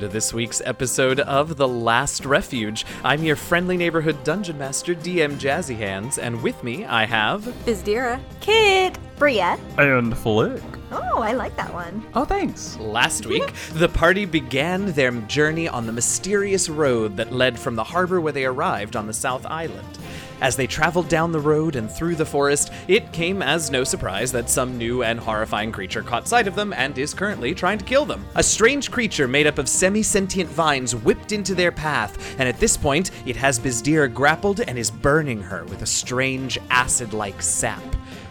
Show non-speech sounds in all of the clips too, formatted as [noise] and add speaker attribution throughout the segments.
Speaker 1: to this week's episode of The Last Refuge. I'm your friendly neighborhood dungeon master, DM Jazzy Hands, and with me I have.
Speaker 2: Bizdira.
Speaker 3: Kit. Bria.
Speaker 4: And Flick.
Speaker 3: Oh, I like that one.
Speaker 4: Oh, thanks.
Speaker 1: Last week, the party began their journey on the mysterious road that led from the harbor where they arrived on the South Island. As they traveled down the road and through the forest, it came as no surprise that some new and horrifying creature caught sight of them and is currently trying to kill them. A strange creature made up of semi sentient vines whipped into their path, and at this point, it has Bizdira grappled and is burning her with a strange acid like sap.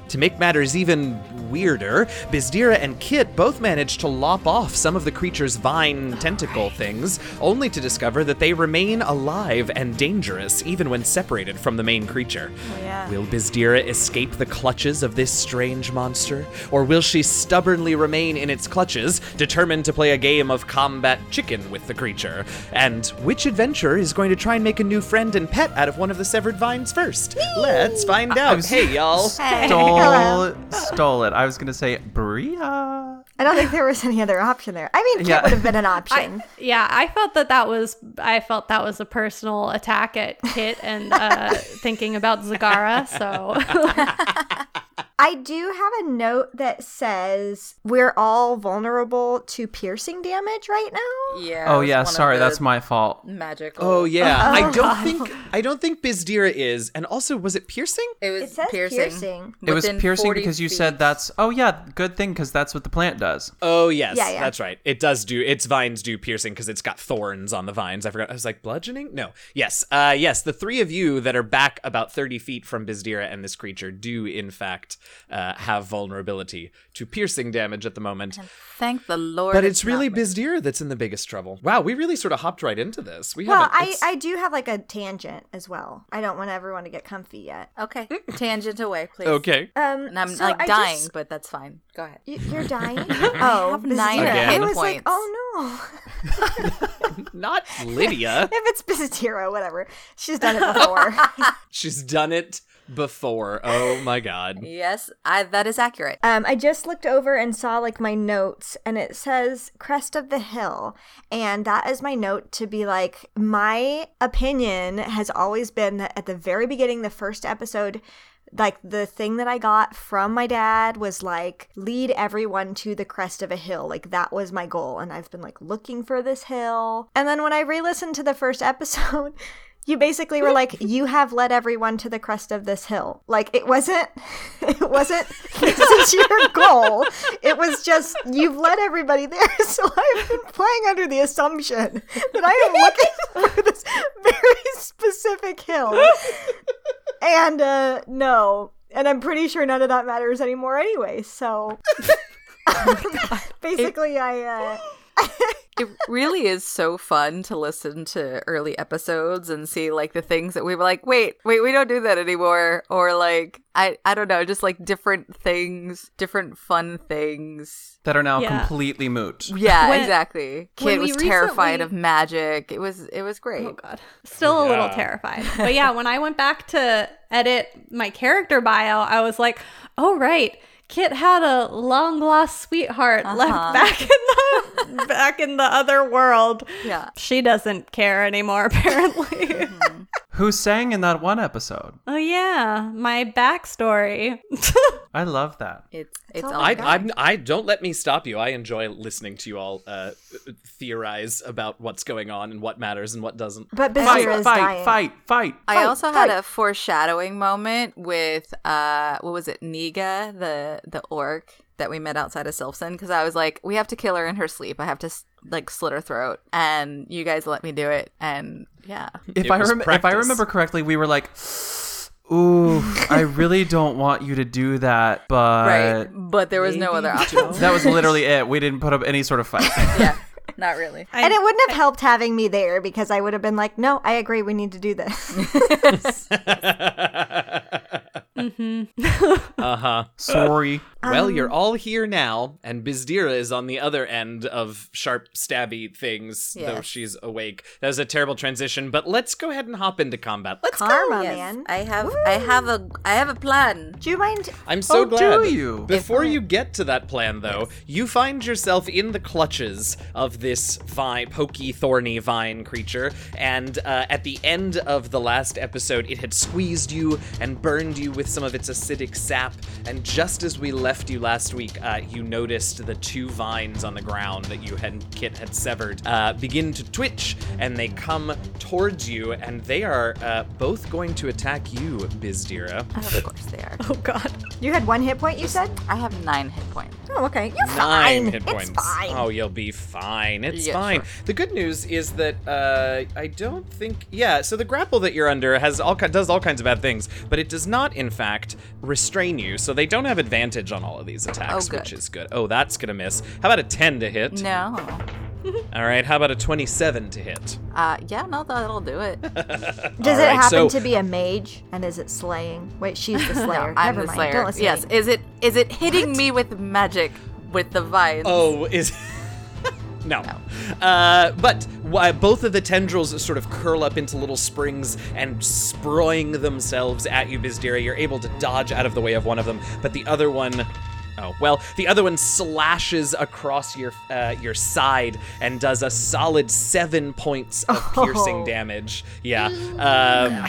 Speaker 1: To make matters even weirder, Bizdira and Kit both managed to lop off some of the creature's vine tentacle things, only to discover that they remain alive and dangerous even when separated from the main creature.
Speaker 3: yeah.
Speaker 1: Will Bizdira escape the clutches of this strange monster, or will she stubbornly remain in its clutches, determined to play a game of combat chicken with the creature? And which adventurer is going to try and make a new friend and pet out of one of the severed vines first? Let's find out. Hey, y'all. [laughs]
Speaker 3: Hey.
Speaker 4: Stole
Speaker 3: Hello.
Speaker 4: it. Stole it. I was going to say Bria.
Speaker 3: I don't think there was any other option there. I mean, Kit
Speaker 4: Yeah.
Speaker 3: would have been
Speaker 2: [laughs]
Speaker 3: an option.
Speaker 5: Yeah, I felt that that was I felt that was a personal attack at Kit and uh,
Speaker 2: [laughs]
Speaker 5: thinking about Zagara. So [laughs]
Speaker 3: I do have a note that says we're all vulnerable to piercing damage right now.
Speaker 2: Yeah.
Speaker 4: Oh,
Speaker 2: it's
Speaker 4: yeah.
Speaker 2: one of
Speaker 4: Sorry.
Speaker 2: the
Speaker 4: That's my fault.
Speaker 2: magical.
Speaker 1: Oh yeah,
Speaker 3: Oh,
Speaker 1: I don't
Speaker 3: God.
Speaker 1: think I don't think Bizdira is, and also was it piercing?
Speaker 2: It was
Speaker 3: It says
Speaker 2: piercing.
Speaker 3: piercing.
Speaker 4: It was
Speaker 2: Within
Speaker 4: piercing
Speaker 2: 40
Speaker 4: because you
Speaker 2: feet.
Speaker 4: said that's, oh, yeah, good thing because that's what the plant does.
Speaker 1: Oh yes,
Speaker 3: Yeah, yeah.
Speaker 1: that's right. It does do its vines do piercing because it's got thorns on the vines. I forgot. I was like bludgeoning. No, yes, uh, yes. The three of you that are back about thirty feet from Bizdira and this creature do in fact uh, have vulnerability to piercing damage at the moment.
Speaker 2: Thank the Lord.
Speaker 1: But it's
Speaker 2: not
Speaker 1: really
Speaker 2: me.
Speaker 1: Bizdira that's in the biggest trouble. Wow, we really sort of hopped right into this. We
Speaker 3: Well,
Speaker 1: haven't.
Speaker 3: I,
Speaker 1: it's-
Speaker 3: I do have like a tangent as well. I don't want everyone to get comfy yet.
Speaker 2: Okay. [laughs] Tangent away, please.
Speaker 1: okay.
Speaker 3: Um,
Speaker 2: And I'm
Speaker 3: so
Speaker 2: like
Speaker 3: I
Speaker 2: dying,
Speaker 3: just-
Speaker 2: but that's fine. Go ahead.
Speaker 3: you-
Speaker 2: [laughs]
Speaker 3: you're dying. oh,
Speaker 2: have nine
Speaker 3: Bizatira.
Speaker 1: Again.
Speaker 3: I was like,
Speaker 2: points.
Speaker 3: oh no. [laughs]
Speaker 1: Not Lydia.
Speaker 3: if it's Bizatira, whatever. She's done
Speaker 2: [laughs]
Speaker 3: it before.
Speaker 1: She's done it before. Oh my god.
Speaker 2: Yes, I that is accurate.
Speaker 3: Um, I just looked over and saw like my notes, and it says crest of the hill, and that is my note to be like my opinion has always been that at the very beginning, the first episode, like the thing that I got from my dad was like lead everyone to the crest of a hill, like that was my goal, and I've been like looking for this hill, and then when I re-listened to the first [laughs] episode. You basically were like, you have led everyone to the crest of this hill. Like it wasn't, [laughs] it wasn't. [laughs] This is your goal. It was just you've led everybody there. [laughs] So I've been playing under the assumption that I am looking [laughs] for this very specific hill. And uh, no, and I'm pretty sure none of that matters anymore
Speaker 4: [laughs]
Speaker 3: anyway. So
Speaker 4: Oh
Speaker 3: [laughs] basically, I. Uh,
Speaker 2: It really is so fun to listen to early episodes and see like the things that we were like, wait, wait, we don't do that anymore, or like I, I don't know, just like different things, different fun things.
Speaker 4: That are now
Speaker 5: Yeah.
Speaker 4: completely moot.
Speaker 2: Yeah,
Speaker 5: When-
Speaker 2: exactly. Kid
Speaker 5: when
Speaker 2: was
Speaker 5: we
Speaker 2: terrified
Speaker 5: recently-
Speaker 2: of magic. It was, it was great.
Speaker 5: oh god, still a little
Speaker 1: Yeah.
Speaker 2: [laughs]
Speaker 5: terrified. But yeah, when I went back to edit my character bio, I was like, oh right. Kit had a long lost sweetheart
Speaker 2: Uh-huh.
Speaker 5: left back in the [laughs] back in the other world.
Speaker 2: Yeah. Mm-hmm.
Speaker 5: She doesn't care anymore [laughs] apparently.
Speaker 4: Who sang in that one episode?
Speaker 5: oh yeah, my backstory. [laughs]
Speaker 4: I love that.
Speaker 2: It's, it's
Speaker 3: all
Speaker 2: all.
Speaker 1: I,
Speaker 3: Okay.
Speaker 1: I'm, I don't let me stop you. I enjoy listening to you all uh, theorize about what's going on and what matters and what doesn't.
Speaker 3: but
Speaker 4: Fight,
Speaker 3: Bizira is
Speaker 4: fight,
Speaker 3: dying.
Speaker 4: fight, fight.
Speaker 2: I
Speaker 3: Fight,
Speaker 2: also had
Speaker 3: fight.
Speaker 2: a foreshadowing moment with uh what was it, Niga, the the orc that we met outside of Silfson because I was like, we have to kill her in her sleep. I have to s- like slit her throat and you guys let me do it and yeah.
Speaker 4: If
Speaker 1: It
Speaker 4: I
Speaker 1: was
Speaker 4: rem- if I
Speaker 1: practice.
Speaker 4: remember correctly, we were like, "Ooh, I really don't want you to do that," but
Speaker 2: right. But there was no other option.
Speaker 4: that was literally it. We didn't put up any sort of fight.
Speaker 2: [laughs] yeah. Not really.
Speaker 5: I-
Speaker 3: And it wouldn't have helped having me there because
Speaker 2: [laughs]
Speaker 3: I
Speaker 1: [laughs]
Speaker 3: would have been like, no, I agree, we need to do this.
Speaker 1: Uh huh.
Speaker 4: Sorry.
Speaker 1: Well, you're all here now, and Bizdira is on the other end of sharp, stabby things, though
Speaker 2: Yes.
Speaker 1: she's awake. That was a terrible transition, but let's go ahead and hop into combat. Let's.
Speaker 3: [laughs] Karma,
Speaker 2: Yes,
Speaker 3: man.
Speaker 2: I have I have a I have a plan.
Speaker 3: Do you mind?
Speaker 1: I'm so
Speaker 4: Oh, do
Speaker 1: glad.
Speaker 4: you?
Speaker 1: Before you get to that plan, though, you find yourself in the clutches of this vine, pokey, thorny vine creature, and uh, at the end of the last episode, it had squeezed you and burned you with some of its acidic sap. And just as we left you last week, uh, you noticed the two vines on the ground that you had Kit had severed uh, begin to twitch, and they come towards you, and they are uh, both going to attack you, Bizdira.
Speaker 2: Of course they are.
Speaker 5: Oh god.
Speaker 3: You had one hit point. You said.
Speaker 2: I have nine hit points.
Speaker 3: Oh, okay. You're
Speaker 1: nine
Speaker 3: fine.
Speaker 1: hit
Speaker 3: it's
Speaker 1: points.
Speaker 3: fine.
Speaker 1: Oh, you'll be fine. It's
Speaker 2: Yeah,
Speaker 1: fine. The good news is that uh, I don't think. Yeah. So the grapple that you're under has all ki- does all kinds of bad things, but it does not, in fact, restrain you. So they don't have advantage on all of these attacks,
Speaker 2: good.
Speaker 1: which is good. Oh, that's gonna miss. How about a ten to hit?
Speaker 2: No.
Speaker 1: All right. How about a twenty-seven to hit?
Speaker 2: Uh, yeah, no, that'll do
Speaker 3: [laughs]
Speaker 2: it.
Speaker 3: Does
Speaker 1: All
Speaker 3: it
Speaker 1: right, so-
Speaker 3: happen to be a mage? And is it slaying? Wait, she's
Speaker 2: [laughs]
Speaker 3: the slayer.
Speaker 2: I'm
Speaker 3: Never
Speaker 2: the
Speaker 3: mind.
Speaker 2: slayer.
Speaker 3: Don't listen. to
Speaker 2: yes,
Speaker 3: me.
Speaker 2: is it is it hitting me with magic with the vines?
Speaker 1: Oh, is. [laughs] no. Uh, but why both of the tendrils sort of curl up into little springs and sprawling themselves at you, Bizdira. You're able to dodge out of the way of one of them, but the other one. Oh well, the other one slashes across your uh, your side and does a solid seven points of piercing damage. Yeah. Um,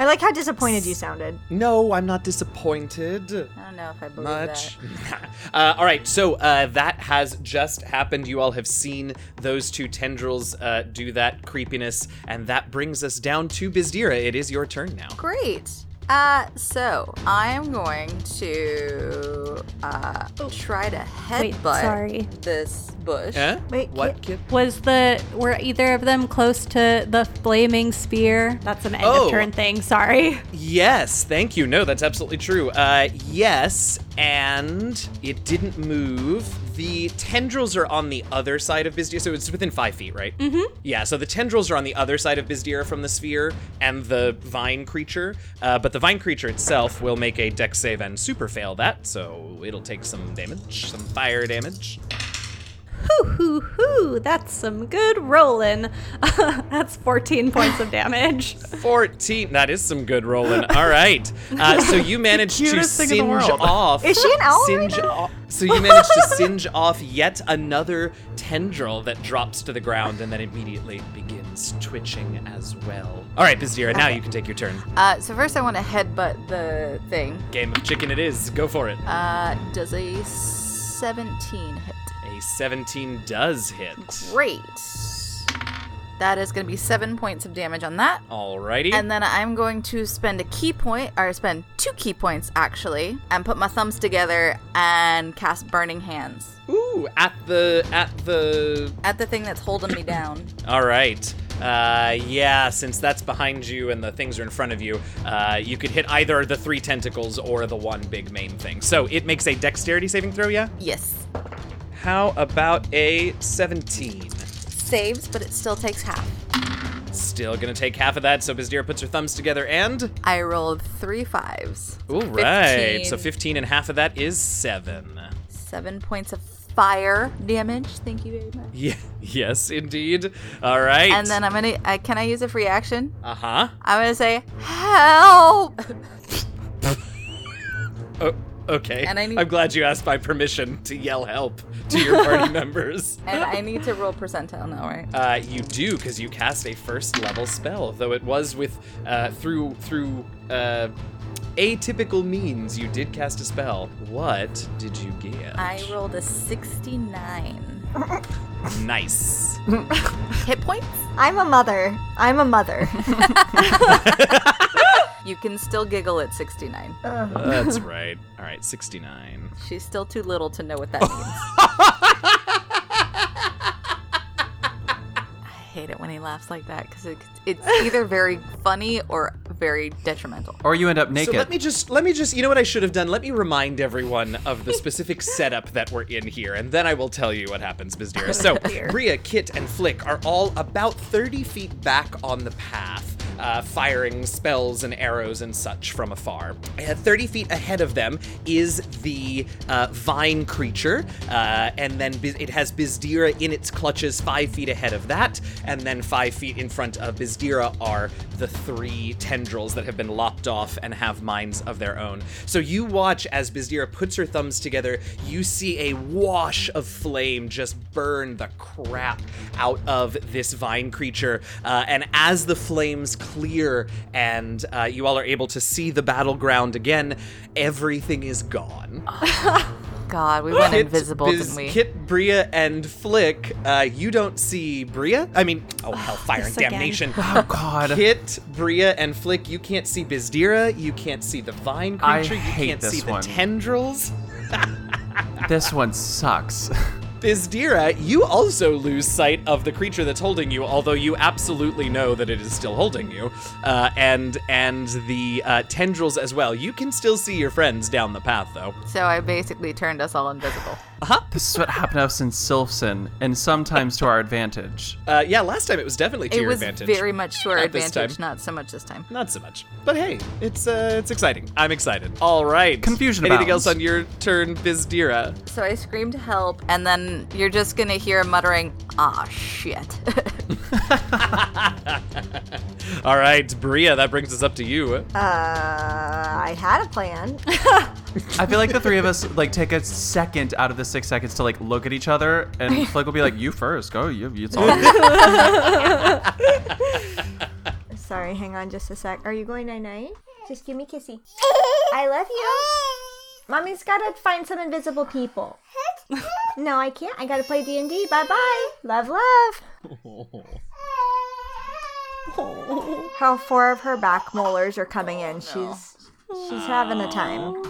Speaker 3: I like how disappointed you sounded.
Speaker 1: no, I'm not disappointed
Speaker 2: I don't know if I believe
Speaker 1: much. [laughs]
Speaker 2: that.
Speaker 1: uh, all right, so uh, that has just happened. You all have seen those two tendrils uh, do that creepiness, and that brings us down to Bizdira. It is your turn now.
Speaker 2: Great. Uh, so I'm going to uh
Speaker 3: Oh.
Speaker 2: try to
Speaker 5: Wait,
Speaker 2: headbutt
Speaker 5: sorry.
Speaker 2: this bush.
Speaker 1: Huh?
Speaker 3: Wait,
Speaker 1: what?
Speaker 3: Kit-
Speaker 1: Kit?
Speaker 5: Was the were either of them close to the flaming spear? That's an end
Speaker 1: Oh.
Speaker 5: of turn thing. Sorry.
Speaker 1: Yes, thank you. No, that's absolutely true. Uh, yes, and it didn't move. The tendrils are on the other side of Bizdira, so it's within five feet, right? Mm-hmm. Yeah, so the tendrils are on the other side of Bizdira from the sphere and the vine creature, uh, but the vine creature itself will make a dex save and super fail that, so it'll take some damage, some fire damage.
Speaker 5: Hoo hoo hoo! That's some good rolling. [laughs] that's 14 points of damage.
Speaker 1: 14. That is some good rolling. All right. Uh,
Speaker 4: [laughs]
Speaker 1: so you managed to
Speaker 4: cutest thing in the
Speaker 1: singe
Speaker 4: world.
Speaker 1: off.
Speaker 3: Is she an owl right
Speaker 1: Singe off. So you managed
Speaker 3: [laughs]
Speaker 1: to singe off yet another tendril that drops to the ground and then immediately begins twitching as well. All right, Bizdira, now you can take your turn.
Speaker 2: Uh, so first I want to headbutt the thing.
Speaker 1: Game of chicken it is. Go for it.
Speaker 2: Uh, does a 17 hit?
Speaker 1: A 17 does hit.
Speaker 2: Great. That is going to be seven points of damage on that.
Speaker 1: Alrighty.
Speaker 2: And then I'm going to spend a key point, or spend two key points actually, and put my thumbs together and cast Burning Hands
Speaker 1: Ooh, at the at the
Speaker 2: at the thing that's holding me down.
Speaker 1: All right. Uh, yeah, since that's behind you and the things are in front of you, uh, you could hit either the three tentacles or the one big main thing. So it makes a dexterity saving throw, yeah?
Speaker 2: Yes.
Speaker 1: How about a 17?
Speaker 2: Saves, but it still takes half.
Speaker 1: Still gonna take half of that, so Bizdira puts her thumbs together and.
Speaker 2: I rolled three fives.
Speaker 1: All right.
Speaker 2: 15.
Speaker 1: So 15 and half of that is 7.
Speaker 2: Seven points of fire damage. Thank you very
Speaker 1: [laughs]
Speaker 2: much.
Speaker 1: Yeah, yes, indeed. All right.
Speaker 2: And then I'm gonna. Uh, can I use a free action?
Speaker 1: Uh huh.
Speaker 2: I'm gonna say help. [laughs]
Speaker 1: Oh, okay.
Speaker 2: And I need-
Speaker 1: I'm glad you asked my permission to yell help to your
Speaker 2: [laughs]
Speaker 1: party members.
Speaker 2: and I need to roll percentile now, right?
Speaker 1: Uh, you do because you cast a first level spell, though it was with uh, through through uh, atypical means. You did cast a spell. What did you get?
Speaker 2: I rolled a 69.
Speaker 1: Nice.
Speaker 2: Hit points?
Speaker 3: I'm a mother. I'm
Speaker 2: [laughs]
Speaker 3: a mother.
Speaker 2: You can still giggle at 69.
Speaker 1: That's right. All right, sixty-nine.
Speaker 2: She's still too little to know what that means. [laughs] I hate it when he laughs like that because it, it's either very funny or very detrimental.
Speaker 4: Or you end up
Speaker 1: So
Speaker 4: naked.
Speaker 1: let me just let me just you know what I should have done. Let me remind everyone of the specific setup that we're in here, and then I will tell you what happens, Bizdira. So Bria, Kit, and Flick are all about thirty feet back on the path. uh, firing spells and arrows and such from afar. Uh, 30 feet ahead of them is the uh, vine creature, uh, and then Biz- it has Bizdira in its clutches five feet ahead of that, and then five feet in front of Bizdira are the three tendrils that have been lopped off and have minds of their own. So you watch as Bizdira puts her thumbs together, you see a wash of flame just burn the crap out of this vine creature. Uh, and as the flames clear and uh, you all are able to see the battleground again, everything is gone.
Speaker 2: God, we went
Speaker 1: Kit,
Speaker 2: invisible,
Speaker 1: Biz-
Speaker 2: didn't we?
Speaker 1: Kit, Bria, and Flick, uh, you don't see Bria? I mean, oh, hellfire and
Speaker 5: this again.
Speaker 1: damnation.
Speaker 4: [laughs] Oh God.
Speaker 1: Kit, Bria, and Flick, you can't see Bizdira, you can't see the vine
Speaker 4: I
Speaker 1: creature, you
Speaker 4: hate
Speaker 1: can't
Speaker 4: this
Speaker 1: see
Speaker 4: one.
Speaker 1: the tendrils.
Speaker 4: this one sucks. [laughs]
Speaker 1: Bizdira, you also lose sight of the creature that's holding you, although you absolutely know that it is still holding you, uh, and and the uh, tendrils as well. You can still see your friends down the path, though.
Speaker 2: So I basically turned us all invisible.
Speaker 4: this is what happened to us in Silfson, and sometimes to our advantage.
Speaker 1: Uh, yeah, last time it was definitely to
Speaker 2: it
Speaker 1: your
Speaker 2: was
Speaker 1: advantage.
Speaker 2: very much to our
Speaker 1: Not this
Speaker 2: advantage,
Speaker 1: time.
Speaker 2: not so much this time.
Speaker 1: Not so much, but hey, it's uh, it's exciting. I'm excited. All right,
Speaker 4: Confusion
Speaker 1: Anything
Speaker 4: abounds.
Speaker 1: else on your turn, Bizdira?
Speaker 2: So I screamed help, and then you're just gonna hear muttering, ah, shit. [laughs]
Speaker 1: All right, Bria, that brings us up to you.
Speaker 3: Uh, I had a plan.
Speaker 4: I feel like the three of us like take a second out of the six seconds to like look at each other, and Flick will be like, "You first, go. You, it's all." you."
Speaker 3: Sorry, hang on just a sec. Are you going night night? Just give me kissy. I love you. Mommy's gotta find some invisible people. No, I can't. I gotta play D and D. Bye bye. Love, love. How four of her back molars are coming in. She's she's having a time.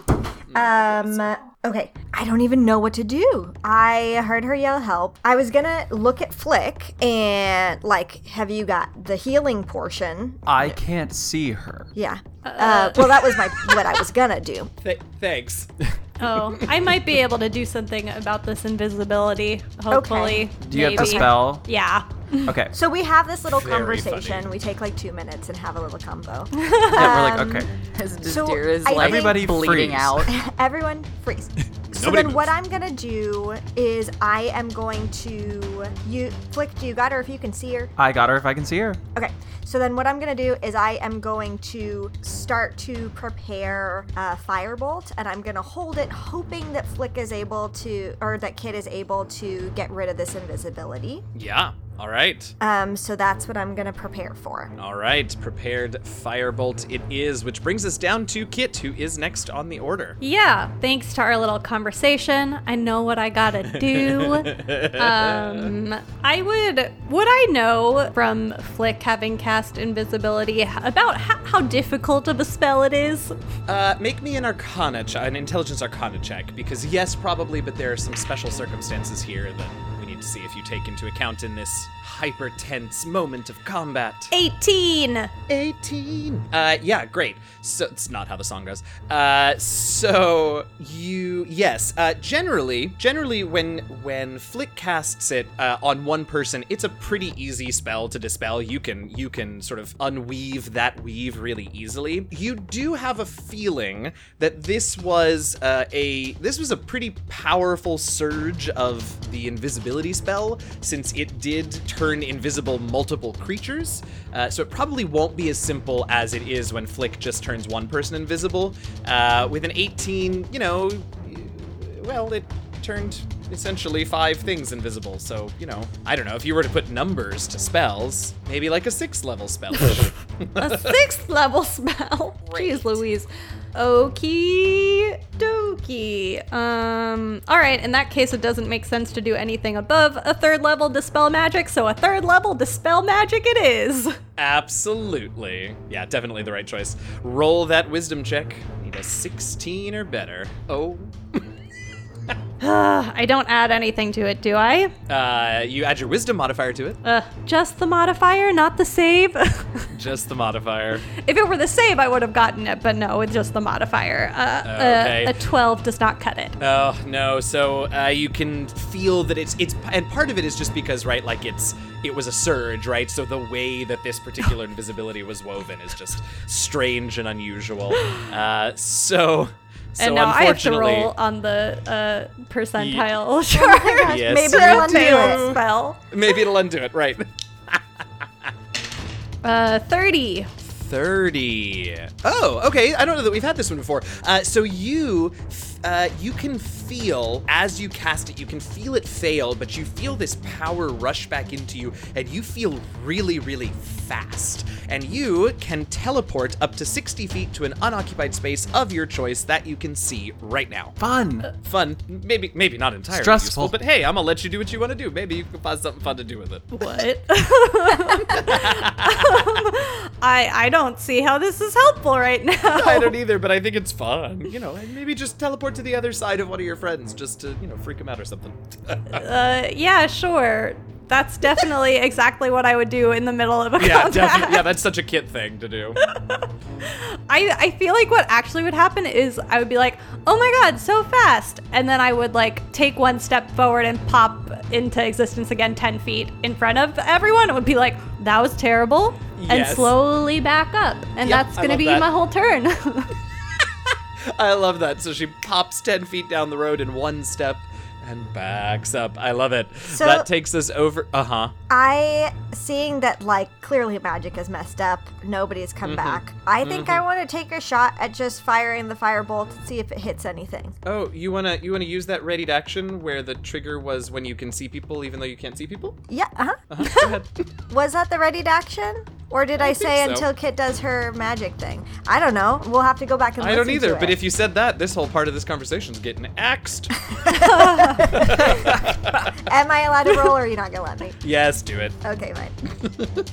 Speaker 3: Um. Okay. I don't even know what to do. I heard her yell help. I was gonna look at Flick and like, have you got the healing portion?
Speaker 4: I can't see her.
Speaker 3: Yeah. Uh, well, that was my what I was gonna do.
Speaker 1: Th- thanks.
Speaker 5: [laughs] Oh, I might be able to do something about this invisibility. Hopefully,
Speaker 4: Do you have the
Speaker 5: maybe.
Speaker 4: spell?
Speaker 5: Yeah.
Speaker 4: Okay.
Speaker 3: So we have this little
Speaker 1: Very
Speaker 3: conversation.
Speaker 1: funny.
Speaker 3: We take like two minutes and have a little combo. [laughs]
Speaker 4: Yeah, we're like, okay.
Speaker 2: As the
Speaker 3: So,
Speaker 2: deer is
Speaker 3: I
Speaker 2: like
Speaker 4: Everybody
Speaker 2: bleeding
Speaker 4: freeze.
Speaker 2: out.
Speaker 3: Everyone
Speaker 1: [laughs]
Speaker 3: freeze. So
Speaker 1: Nobody
Speaker 3: then, what I'm gonna do is I am going to you flick. Do you got her? If you can see her,
Speaker 4: I got her if I can see her.
Speaker 3: Okay, so then what I'm gonna do is I am going to start to prepare a firebolt, and I'm gonna hold it, hoping that Flick is able to, or that Kid is able to get rid of this invisibility.
Speaker 1: [laughs] Yeah. All right.
Speaker 3: Um, so that's what I'm gonna prepare for.
Speaker 1: All right, prepared firebolt it is, which brings us down to Kit, who is next on the order.
Speaker 5: Yeah, thanks to our little conversation, I know what I gotta do. um, I would, would I know from Flick having cast invisibility h- about ho- how difficult of a spell it is?
Speaker 1: Uh, make me an Arcana, ch- an Intelligence Arcana check, because yes, probably, but there are some special circumstances here that we need to see if you take into account in this hyper tense moment of combat.
Speaker 5: 18!
Speaker 1: 18. Uh, yeah, great. So it's not how the song goes. Uh, so you yes. Uh, generally, generally when when Flick casts it uh, on one person, it's a pretty easy spell to dispel. You can you can sort of unweave that weave really easily. You do have a feeling that this was uh, a this was a pretty powerful surge of the invisibility spell since it did turn invisible multiple creatures. Uh, so it probably won't be as simple as it is when Flick just turns one person invisible. Uh, with an 18, you know, well, it turned essentially five things invisible. So, you know, I don't know. If you were to put numbers to spells, maybe like a six level spell.
Speaker 5: A sixth level spell. Jeez Louise. Okie dokie. Um, alright, in that case, it doesn't make sense to do anything above a third level dispel magic, so a third level dispel magic it is.
Speaker 1: Absolutely. Yeah, definitely the right choice. Roll that wisdom check. Need a 16 or better. Oh.
Speaker 5: Ugh, I don't add anything to it, do I?
Speaker 1: Uh, you add your wisdom modifier to it.
Speaker 5: Uh, just the modifier, not the save. [laughs] if
Speaker 1: Just the modifier.
Speaker 5: it were the save, I would have gotten it, but no, it's just the modifier. Uh,
Speaker 1: Okay.
Speaker 5: a, a 12 does not cut it.
Speaker 1: Oh no! So uh, you can feel that it's it's, and part of it is just because right, like it's it was a surge, right? So the way that this particular invisibility was woven is just strange and unusual. Uh, so, so
Speaker 5: and now I have to
Speaker 1: unfortunately,
Speaker 5: roll on the uh, percentile
Speaker 3: Oh my gosh,
Speaker 5: [laughs] chart.
Speaker 1: Yes.
Speaker 3: Maybe
Speaker 1: So
Speaker 3: they'll undo
Speaker 5: Deal
Speaker 3: it.
Speaker 5: spell.
Speaker 1: maybe it'll undo it, right?
Speaker 5: Uh,
Speaker 1: 30
Speaker 5: 30.
Speaker 1: oh okay i don't know that we've had this one before uh, so you f- uh, you can feel as you cast it you can feel it fail but you feel this power rush back into you and you feel really really fast and you can teleport up to 60 feet to an unoccupied space of your choice that you can see right now
Speaker 4: Fun.
Speaker 1: fun maybe maybe not entirely
Speaker 4: Stressful.
Speaker 1: useful, but hey i'm gonna let you do what you want to do maybe you can find something fun to do with it
Speaker 3: [laughs]
Speaker 5: What? [laughs] I I don't see how this is helpful
Speaker 3: [laughs]
Speaker 5: right now.
Speaker 1: [laughs] I don't either, but I think it's fun. You know, and maybe just teleport to the other side of one of your friends just to, you know, freak them out or something.
Speaker 5: Uh, yeah, sure. That's definitely exactly what I would do in the middle of a
Speaker 1: [laughs] yeah,
Speaker 5: combat.
Speaker 1: definitely. Yeah, that's such a kid thing to do.
Speaker 5: I, I feel like what actually would happen is I would be like, oh my god, so fast. And then I would like take one step forward and pop into existence again 10 feet in front of everyone. It would be like, that was terrible. And
Speaker 1: Yes.
Speaker 5: slowly back up. And
Speaker 1: Yep,
Speaker 5: that's
Speaker 1: I
Speaker 5: going to
Speaker 1: love
Speaker 5: be
Speaker 1: that.
Speaker 5: my whole turn. [laughs]
Speaker 1: I love that. So she pops 10 feet down the road in one step and backs up. I love it.
Speaker 3: So-
Speaker 1: that takes us over. Uh huh.
Speaker 3: I, seeing that, like, clearly magic is messed up, nobody's come
Speaker 1: Mm-hmm.
Speaker 3: back, I think I want to take a shot at just firing the firebolt and see if it hits anything.
Speaker 1: Oh, you wanna you wanna use that readied action where the trigger was when you can see people, even though you can't see people?
Speaker 3: Yeah, uh huh.
Speaker 1: Uh-huh. Go ahead.
Speaker 3: [laughs] Was that the readied action? Or did I, say
Speaker 1: so.
Speaker 3: until Kit does her magic thing? I don't know. We'll have to go back and
Speaker 1: I don't
Speaker 3: listen to
Speaker 1: either. But
Speaker 3: it.
Speaker 1: if you said that, this whole part of this conversation's getting axed.
Speaker 3: Am I allowed to roll or are you not going to
Speaker 1: [laughs]
Speaker 3: let me?
Speaker 1: [laughs] yes, do it.
Speaker 3: Okay,
Speaker 1: [laughs]
Speaker 3: fine.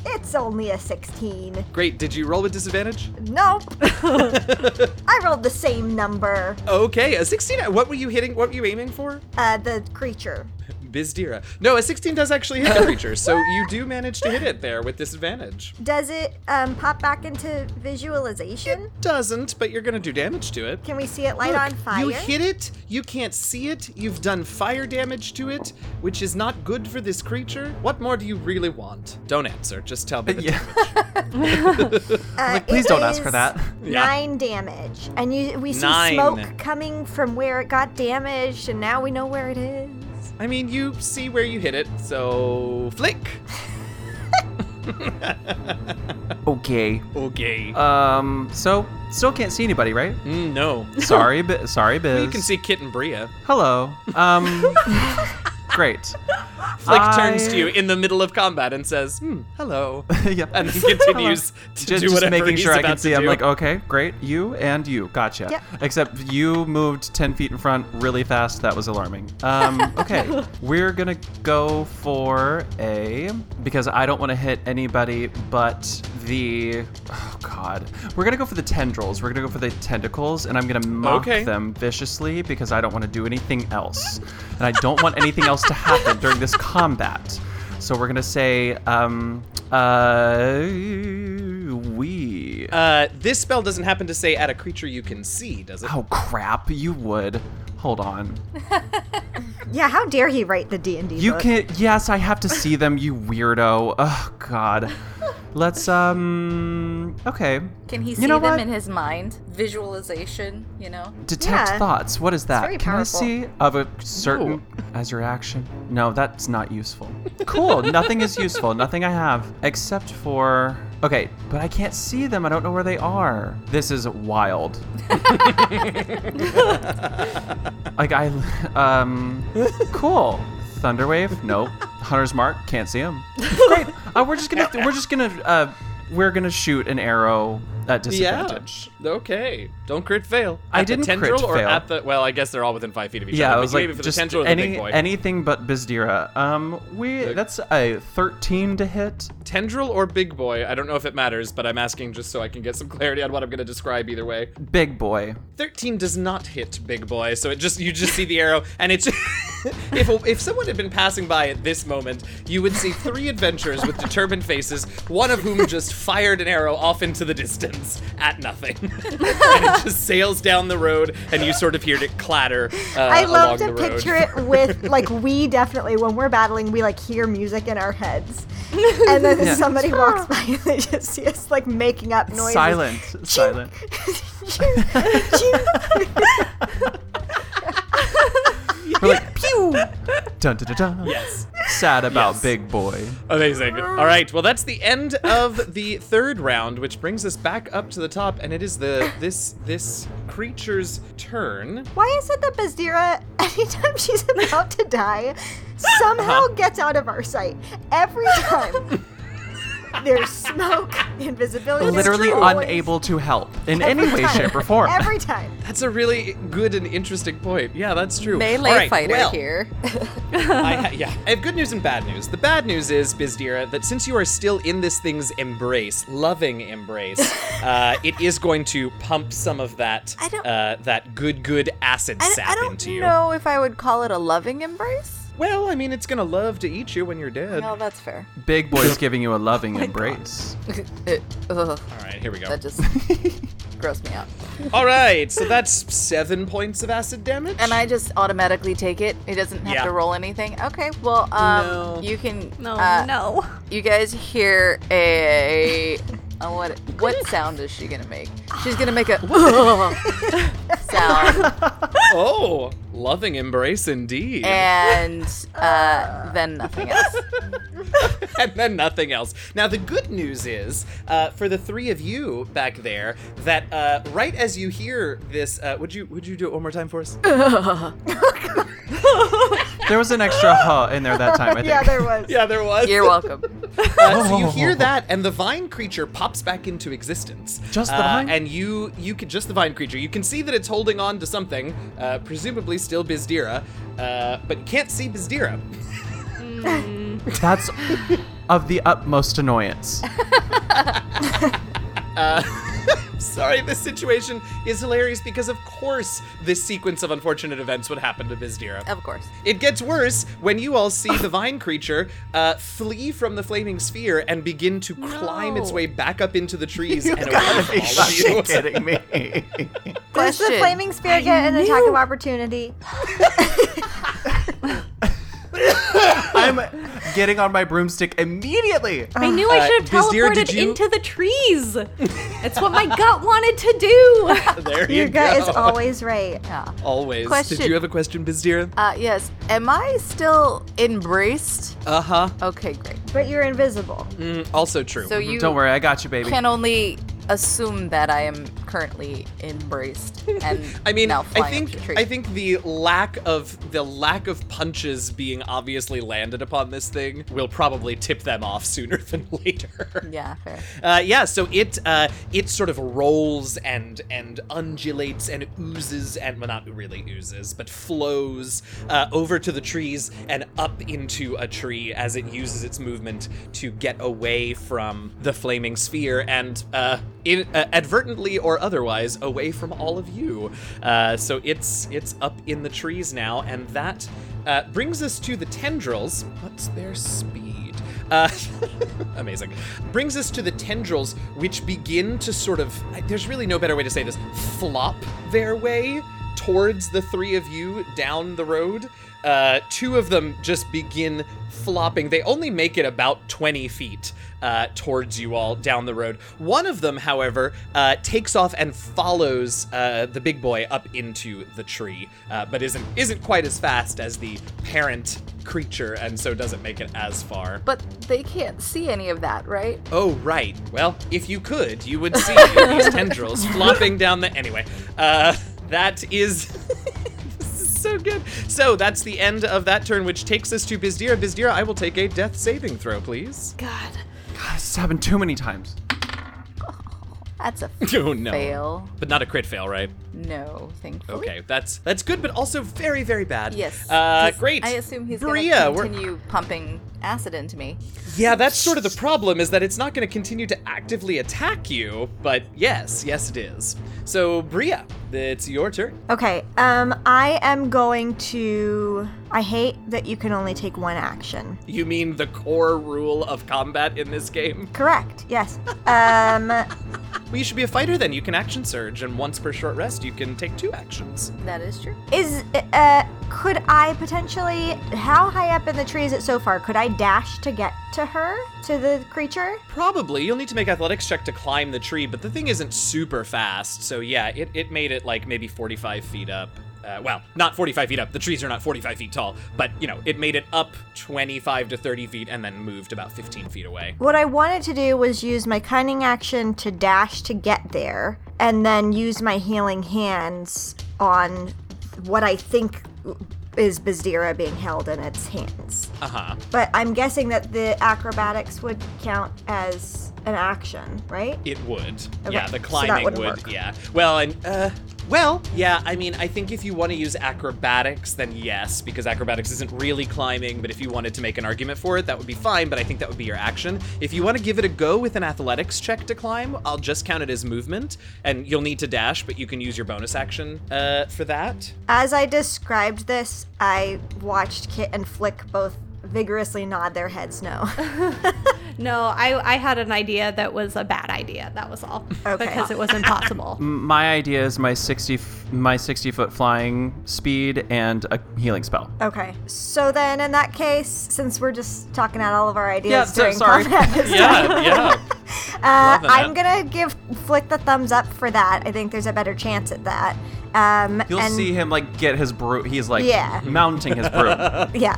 Speaker 3: it's only a 16.
Speaker 1: Great. Did you roll with disadvantage?
Speaker 3: Nope.
Speaker 1: [laughs]
Speaker 3: I rolled the same number.
Speaker 1: Okay, a 16. What were you hitting? What were you aiming for?
Speaker 3: Uh, the creature.
Speaker 1: Bizdira. No, a 16 does actually hit the creature, so you do manage to hit it there with disadvantage.
Speaker 3: Does it um, pop back into visualization?
Speaker 1: Doesn't, but you're going to do damage to it.
Speaker 3: Can we see it light
Speaker 1: Look,
Speaker 3: on fire?
Speaker 1: You hit it, you can't see it, you've done fire damage to it, which is not good for this creature. What more do you really want? Don't answer, just tell me
Speaker 4: [laughs]
Speaker 1: the
Speaker 4: [laughs] Yeah.
Speaker 1: damage.
Speaker 3: Uh,
Speaker 4: Like, please
Speaker 3: it
Speaker 4: don't ask
Speaker 3: is
Speaker 4: for that.
Speaker 1: [laughs] Yeah.
Speaker 3: Nine damage, and you we see
Speaker 1: Nine.
Speaker 3: smoke coming from where it got damaged, and now we know where it is.
Speaker 1: I mean, you see where you hit it, so flick.
Speaker 4: Okay.
Speaker 1: Okay.
Speaker 4: Um. So still can't see anybody, right?
Speaker 1: Mm, no.
Speaker 4: Sorry, bi- sorry, Biz.
Speaker 1: You can see Kit and Bria.
Speaker 4: Hello. Um. great.
Speaker 1: Flick turns to
Speaker 4: I-
Speaker 1: you in the middle of combat and says, hmm,
Speaker 4: [laughs]
Speaker 1: hello.
Speaker 4: yeah.
Speaker 1: and then
Speaker 4: [laughs]
Speaker 1: continues to
Speaker 4: just,
Speaker 1: do
Speaker 4: just
Speaker 1: whatever
Speaker 4: making
Speaker 1: he's
Speaker 4: sure I
Speaker 1: about
Speaker 4: can
Speaker 1: to
Speaker 4: see. I'm
Speaker 1: do.
Speaker 4: like, oh. okay, great. You and you, gotcha.
Speaker 3: Yep.
Speaker 4: Except you moved ten feet in front really fast. That was alarming. Um, okay, we're gonna go for a because I don't want to hit anybody but the. Oh God, we're gonna go for the tendrils. We're gonna go for the tentacles, and I'm gonna mock
Speaker 1: Okay.
Speaker 4: them viciously because I don't want to do anything else, and I don't want anything else to happen during this combat. So we're gonna say, um, uh, we.
Speaker 1: Uh, this spell doesn't happen to say at a creature you can see, does it?
Speaker 4: oh crap! You would.
Speaker 2: [laughs]
Speaker 4: Hold on.
Speaker 3: Yeah, how dare he write the D and D
Speaker 4: You
Speaker 3: book?
Speaker 4: can. Yes, I have to see them. You weirdo. Oh God. Let's um. Okay.
Speaker 2: Can he see
Speaker 4: You know
Speaker 2: them
Speaker 4: what?
Speaker 2: in his mind? Visualization, you know?
Speaker 4: Detect
Speaker 3: Yeah.
Speaker 4: thoughts. What is that?
Speaker 3: very
Speaker 4: Can
Speaker 3: powerful.
Speaker 4: I see of a certain as your action? No, that's not useful.
Speaker 3: [laughs]
Speaker 4: Cool. Nothing is useful. Nothing I have except for okay, but I can't see them. I don't know where they are. This is
Speaker 3: [laughs]
Speaker 4: wild. like I um cool. Thunderwave? Nope. Hunter's mark? Can't see him. Great. Uh, we're just gonna we're just gonna uh we're gonna shoot an arrow at
Speaker 1: Yeah.
Speaker 4: disadvantage.
Speaker 1: Okay. Don't crit fail.
Speaker 4: I
Speaker 1: At the
Speaker 4: didn't crit
Speaker 1: tendril or
Speaker 4: fail.
Speaker 1: at the well, I guess they're all within five feet of each
Speaker 4: Yeah,
Speaker 1: other.
Speaker 4: I
Speaker 1: but
Speaker 4: was
Speaker 1: you
Speaker 4: like,
Speaker 1: aim it for the
Speaker 4: just
Speaker 1: tendril or the big
Speaker 4: any,
Speaker 1: boy.
Speaker 4: anything but Bizdira. Um, we that's a thirteen to hit.
Speaker 1: tendril or big boy. I don't know if it matters, but I'm asking just so I can get some clarity on what I'm going to describe either way.
Speaker 4: Big boy.
Speaker 1: Thirteen does not hit big boy, so it just you just see the arrow and it's [laughs] if, if someone had been passing by at this moment, you would see three adventurers with determined faces, one of whom just fired an arrow off into the distance at nothing. [laughs] and it just sails down the road, and you sort of hear it clatter. Uh,
Speaker 3: I love to
Speaker 1: along the road. [laughs]
Speaker 3: picture it with like we definitely when we're battling we like hear music in our heads, and then
Speaker 4: Yeah.
Speaker 3: somebody walks by and they just see us like making up noises. [laughs]
Speaker 4: Silent, silent. We're like pew, dun dun dun dun.
Speaker 1: Yes.
Speaker 4: Sad about
Speaker 1: Yes.
Speaker 4: big boy.
Speaker 1: Amazing. All right. Well, that's the end of the third round, which brings us back up to the top, and it is the this this creature's turn.
Speaker 3: Why is it that Bazira, [laughs] anytime she's about to die,
Speaker 1: Uh-huh.
Speaker 3: somehow gets out of our sight every time? There's smoke, invisibility,
Speaker 4: Literally
Speaker 3: noise.
Speaker 4: unable to help in
Speaker 3: Every
Speaker 4: any way,
Speaker 3: time.
Speaker 4: shape, or form.
Speaker 3: Every time.
Speaker 1: That's a really good and interesting point. Yeah, that's true.
Speaker 2: Melee
Speaker 1: All right, [laughs]
Speaker 2: fighter
Speaker 1: well,
Speaker 2: here.
Speaker 1: I
Speaker 2: [laughs]
Speaker 1: ha- yeah. I have good news and bad news. The bad news is, Bizdira, that since you are still in this thing's embrace, loving
Speaker 2: [laughs]
Speaker 1: embrace, uh, it is going to pump some of that
Speaker 2: I don't-
Speaker 1: uh, that good good acid
Speaker 2: I,
Speaker 1: sap
Speaker 2: I don't
Speaker 1: into you.
Speaker 2: know if I would call it a loving embrace.
Speaker 1: Well, I mean, it's gonna love to eat you when you're dead.
Speaker 2: No,
Speaker 1: [laughs]
Speaker 2: that's fair.
Speaker 4: Big boy's giving you a
Speaker 3: Oh
Speaker 4: loving embrace.
Speaker 2: It- ugh,
Speaker 1: All right, here we go.
Speaker 2: that [laughs] just grossed me out.
Speaker 1: All right, so that's seven points of acid damage.
Speaker 2: And I just automatically take it. It doesn't have
Speaker 1: Yeah.
Speaker 2: to roll anything. Okay, well, um,
Speaker 1: No.
Speaker 2: you can.
Speaker 5: No,
Speaker 2: uh,
Speaker 5: no.
Speaker 2: You guys hear a. uh, what
Speaker 5: [laughs]
Speaker 2: what sound is she gonna make? She's gonna make a sound,
Speaker 1: oh, loving embrace indeed.
Speaker 2: and uh, then nothing else.
Speaker 1: [laughs] and then nothing else. Now, the good news is uh, for the three of you back there that uh, right as you hear this, uh, would you would you do it one more time for us?
Speaker 4: There was an
Speaker 3: [laughs]
Speaker 4: extra huh in there that time, I think.
Speaker 3: Yeah, there was.
Speaker 1: yeah, there was.
Speaker 2: You're welcome.
Speaker 1: Uh, so you hear that, and the vine creature pops back into existence.
Speaker 4: Just the
Speaker 1: Uh,
Speaker 4: vine?
Speaker 1: and you you can just the vine creature. You can see that it's holding on to something, uh, presumably still Bizdira, uh, but you can't see Bizdira. [laughs]
Speaker 4: That's of the utmost
Speaker 3: [laughs]
Speaker 4: annoyance.
Speaker 1: Sorry, this situation is hilarious because, of course, this sequence of unfortunate events would happen to Bizdira.
Speaker 2: Of course.
Speaker 1: It gets worse when you all see the vine creature uh, flee from the flaming sphere and begin to climb its
Speaker 5: No.
Speaker 1: way back up into the trees and away from all of you.
Speaker 4: kidding me.
Speaker 3: Does the
Speaker 2: Question.
Speaker 3: flaming spear get an attack of opportunity?
Speaker 4: I'm getting on my broomstick immediately.
Speaker 5: I knew I should have
Speaker 1: Biz Deer, Uh, did
Speaker 5: teleported
Speaker 1: you-
Speaker 5: into
Speaker 1: [laughs]
Speaker 5: the trees. It's what my gut wanted to do.
Speaker 1: [laughs]
Speaker 5: [laughs]
Speaker 1: There you
Speaker 3: Your gut
Speaker 1: go.
Speaker 3: is always right.
Speaker 1: Always. Did
Speaker 2: Question.
Speaker 1: you have a question, Bizdira?
Speaker 2: Uh, yes. Am I still embraced?
Speaker 1: Uh huh.
Speaker 2: Okay, great.
Speaker 3: But you're invisible.
Speaker 1: Mm, also true.
Speaker 2: So you
Speaker 4: Don't worry, I got you, baby.
Speaker 2: can only assume that I am currently embraced and
Speaker 1: [laughs] I mean,
Speaker 2: now
Speaker 1: I
Speaker 2: flying up
Speaker 1: think
Speaker 2: the tree.
Speaker 1: I think the lack of the lack of punches being obviously landed upon this thing will probably tip them off sooner [laughs] than later.
Speaker 2: yeah, fair.
Speaker 1: Uh, yeah, so it uh, it sort of rolls and and undulates and oozes and well, not really oozes, but flows uh, over to the trees and up into a tree as it uses its movement to get away from the flaming sphere and uh, in, uh, advertently or otherwise away from all of you. Uh, so it's it's up in the trees now, and that uh, brings us to the tendrils. What's their speed? Uh, [laughs] amazing. Brings us to the tendrils, which begin to sort of, I- there's really no better way to say this, flop their way towards the three of you down the road. Uh, two of them just begin flopping. They only make it about 20 feet uh, towards you all down the road. One of them, however, uh, takes off and follows uh, the big boy up into the tree, uh, but isn't isn't quite as fast as the parent creature, and so doesn't make it as far.
Speaker 2: But they can't see any of that, right?
Speaker 1: Oh, right. Well, if you could, you would see [laughs] these tendrils flopping down the. Anyway, uh, that is. [laughs] this is so good. So that's the end of that turn, which takes us to Bizdira. Bizdira, I will take a death saving throw, please.
Speaker 5: God.
Speaker 4: This happened too many times.
Speaker 2: That's a
Speaker 1: [laughs] Oh [laughs] no.
Speaker 2: fail.
Speaker 1: But not a crit fail, right?
Speaker 2: No, thankfully.
Speaker 1: Okay, that's that's good, but also very very bad.
Speaker 2: Yes.
Speaker 1: Uh,
Speaker 2: 'cause
Speaker 1: great.
Speaker 2: I assume he's
Speaker 1: Bria,
Speaker 2: going to
Speaker 1: we're-
Speaker 2: continue pumping acid into me.
Speaker 1: Yeah, that's sort of the problem is that it's not going to continue to actively attack you, but yes, yes it is. So, Bria, it's your turn.
Speaker 3: Okay, um, I am going to. I hate that you can only take one action.
Speaker 1: You mean the core rule of combat in this game?
Speaker 3: Correct, yes. Um,
Speaker 1: Well, you should be a fighter then. You can action surge, and once per short rest, you can take two actions.
Speaker 2: That is true.
Speaker 3: is. Uh, could I potentially. How high up in the tree is it so far? Could I dash to get to her? To the creature?
Speaker 1: Probably. You'll need to make athletics check to climb the tree, but the thing isn't super fast, so yeah, it, it made it like maybe 45 feet up. Uh, well, not 45 feet up. The trees are not 45 feet tall, but you know, it made it up 25 to 30 feet and then moved about 15 feet away.
Speaker 3: What I wanted to do was use my cunning action to dash to get there, and then use my healing hands on what I think is Bazdira being held in its hands.
Speaker 1: Uh huh.
Speaker 3: But I'm guessing that the acrobatics would count as an action, right?
Speaker 1: It would.
Speaker 3: Okay,
Speaker 1: Yeah,
Speaker 3: so
Speaker 1: the
Speaker 3: that
Speaker 1: climbing would.
Speaker 3: wouldn't work.
Speaker 1: Yeah. Well, and uh, well, yeah. I mean, I think if you want to use acrobatics, then yes, because acrobatics isn't really climbing. But if you wanted to make an argument for it, that would be fine. But I think that would be your action. If you want to give it a go with an athletics check to climb, I'll just count it as movement, and you'll need to dash, but you can use your bonus action uh, for that.
Speaker 3: As I described this, I watched Kit and Flick both vigorously nod their
Speaker 1: [laughs]
Speaker 3: heads no.
Speaker 5: No, I, I had an idea that was a bad idea. That was all.
Speaker 3: Okay.
Speaker 5: Because it was impossible.
Speaker 4: My idea is my 60 f- my 60 foot flying speed and a healing spell.
Speaker 3: okay. So then, in that case, since we're just talking out all of our ideas
Speaker 4: Yeah, so-
Speaker 3: during
Speaker 4: sorry.
Speaker 1: [laughs]
Speaker 3: combat this
Speaker 1: Yeah, yeah.
Speaker 3: Uh,
Speaker 1: Loving
Speaker 3: I'm
Speaker 1: it.
Speaker 3: gonna give Flick the thumbs up for that. I think there's a better chance at that. Um,
Speaker 4: You'll
Speaker 3: and
Speaker 4: see him like get his broom. He's like
Speaker 3: Yeah.
Speaker 4: mounting his
Speaker 3: [laughs]
Speaker 4: broom.
Speaker 3: [laughs] yeah.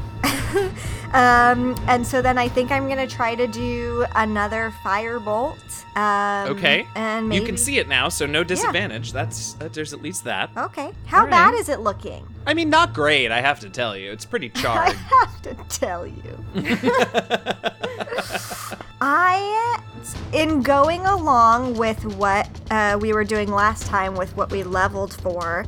Speaker 3: um, and so then I think I'm gonna try to do another firebolt. Um,
Speaker 1: [laughs] Okay.
Speaker 3: And
Speaker 1: you can
Speaker 3: maybe-
Speaker 1: see it now, so no disadvantage. That's that, there's at least that.
Speaker 3: Okay. How
Speaker 1: right.
Speaker 3: bad is it looking?
Speaker 1: I mean, not great. I have to tell you, it's pretty
Speaker 3: I
Speaker 1: charred.
Speaker 3: have to tell you. I, in going along with what uh, we were doing last time, with what we leveled for,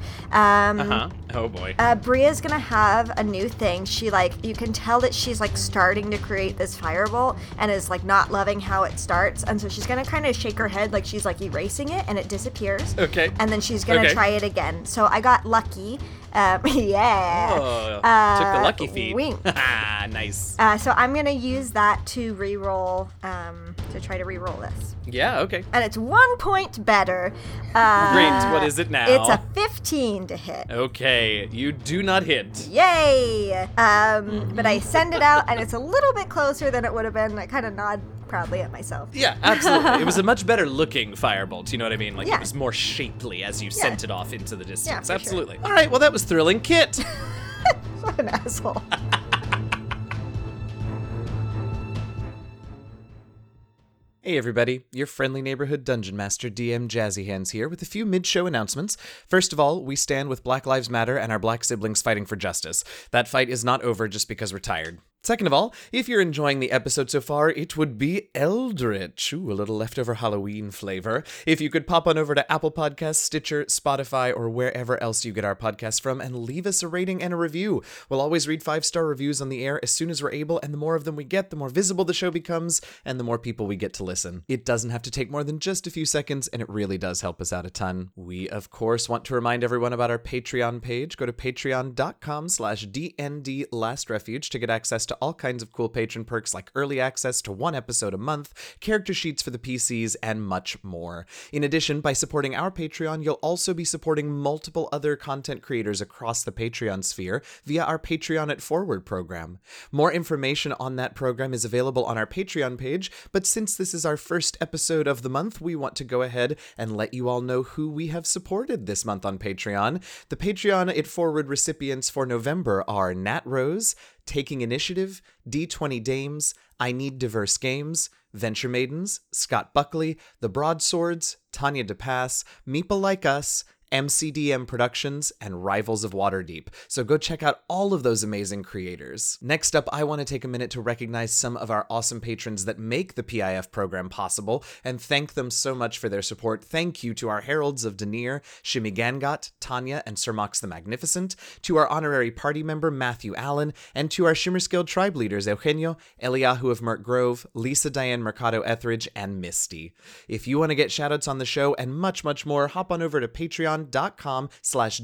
Speaker 1: [laughs]
Speaker 3: um,
Speaker 1: huh? Oh boy.
Speaker 3: uh, Bria's gonna have a new thing. She like you can tell that she's like starting to create this firebolt and is like not loving how it starts, and so she's gonna kind of shake her head like she's like erasing it, and it disappears.
Speaker 1: Okay.
Speaker 3: And then she's gonna
Speaker 1: Okay.
Speaker 3: try it again. So I got lucky. Um, [laughs] yeah.
Speaker 1: Oh, took the
Speaker 3: Uh,
Speaker 1: lucky feet.
Speaker 3: wink.
Speaker 1: [laughs] Ah, nice.
Speaker 3: Uh, so I'm gonna use that to re-roll um, to try to re-roll this,
Speaker 1: Yeah, okay.
Speaker 3: and it's one point better. Uh,
Speaker 1: Great. What is it now? Oh.
Speaker 3: It's a 15 to hit.
Speaker 1: Okay, you do not hit.
Speaker 3: Yay! Um, but I send it out, and it's a little bit closer than it would have been. I kind of nod proudly at myself. [laughs]
Speaker 1: Yeah, absolutely. it was a much better looking firebolt. You know what I mean? Like it
Speaker 3: Yeah.
Speaker 1: was more shapely as you sent it off into the distance.
Speaker 3: for sure.
Speaker 1: absolutely. All right. Well, that was thrilling, Kit.
Speaker 3: What an asshole.
Speaker 1: Hey everybody, your friendly neighborhood dungeon master DM Jazzy Hands here with a few mid-show announcements. First of all, we stand with Black Lives Matter and our black siblings fighting for justice. That fight is not over just because we're tired. Second of all, if you're enjoying the episode so far, it would be eldritch. Ooh, a little leftover Halloween flavor. If you could pop on over to Apple Podcasts, Stitcher, Spotify, or wherever else you get our podcast from and leave us a rating and a review. We'll always read five-star reviews on the air as soon as we're able, and the more of them we get, the more visible the show becomes and the more people we get to listen. It doesn't have to take more than just a few seconds, and it really does help us out a ton. We, of course, want to remind everyone about our Patreon page. Go to patreon.com slash DND Last Refuge to get access to all kinds of cool patron perks like early access to one episode a month, character sheets for the PCs, and much more. In addition, by supporting our Patreon, you'll also be supporting multiple other content creators across the Patreon sphere via our Patreon at Forward program. More information on that program is available on our Patreon page, but since this is our first episode of the month, we want to go ahead and let you all know who we have supported this month on Patreon. The Patreon at Forward recipients for November are Nat Rose, Taking Initiative, D20 Dames, I Need Diverse Games, Venture Maidens, Scott Buckley, The Broadswords, Tanya DePass, Meeple Like Us, MCDM Productions, and Rivals of Waterdeep. So go check out all of those amazing creators. Next up, I want to take a minute to recognize some of our awesome patrons that make the PIF program possible and thank them so much for their support. Thank you to our Heralds of Denier, Shimi Gangot, Tanya, and Sir Mox the Magnificent, to our honorary party member Matthew Allen, and to our Shimmer Scale tribe leaders Eugenio, Eliahu of Merk Grove, Lisa Diane Mercado Etheridge, and Misty. If you want to get shoutouts on the show and much, much more, hop on over to patreon.com slash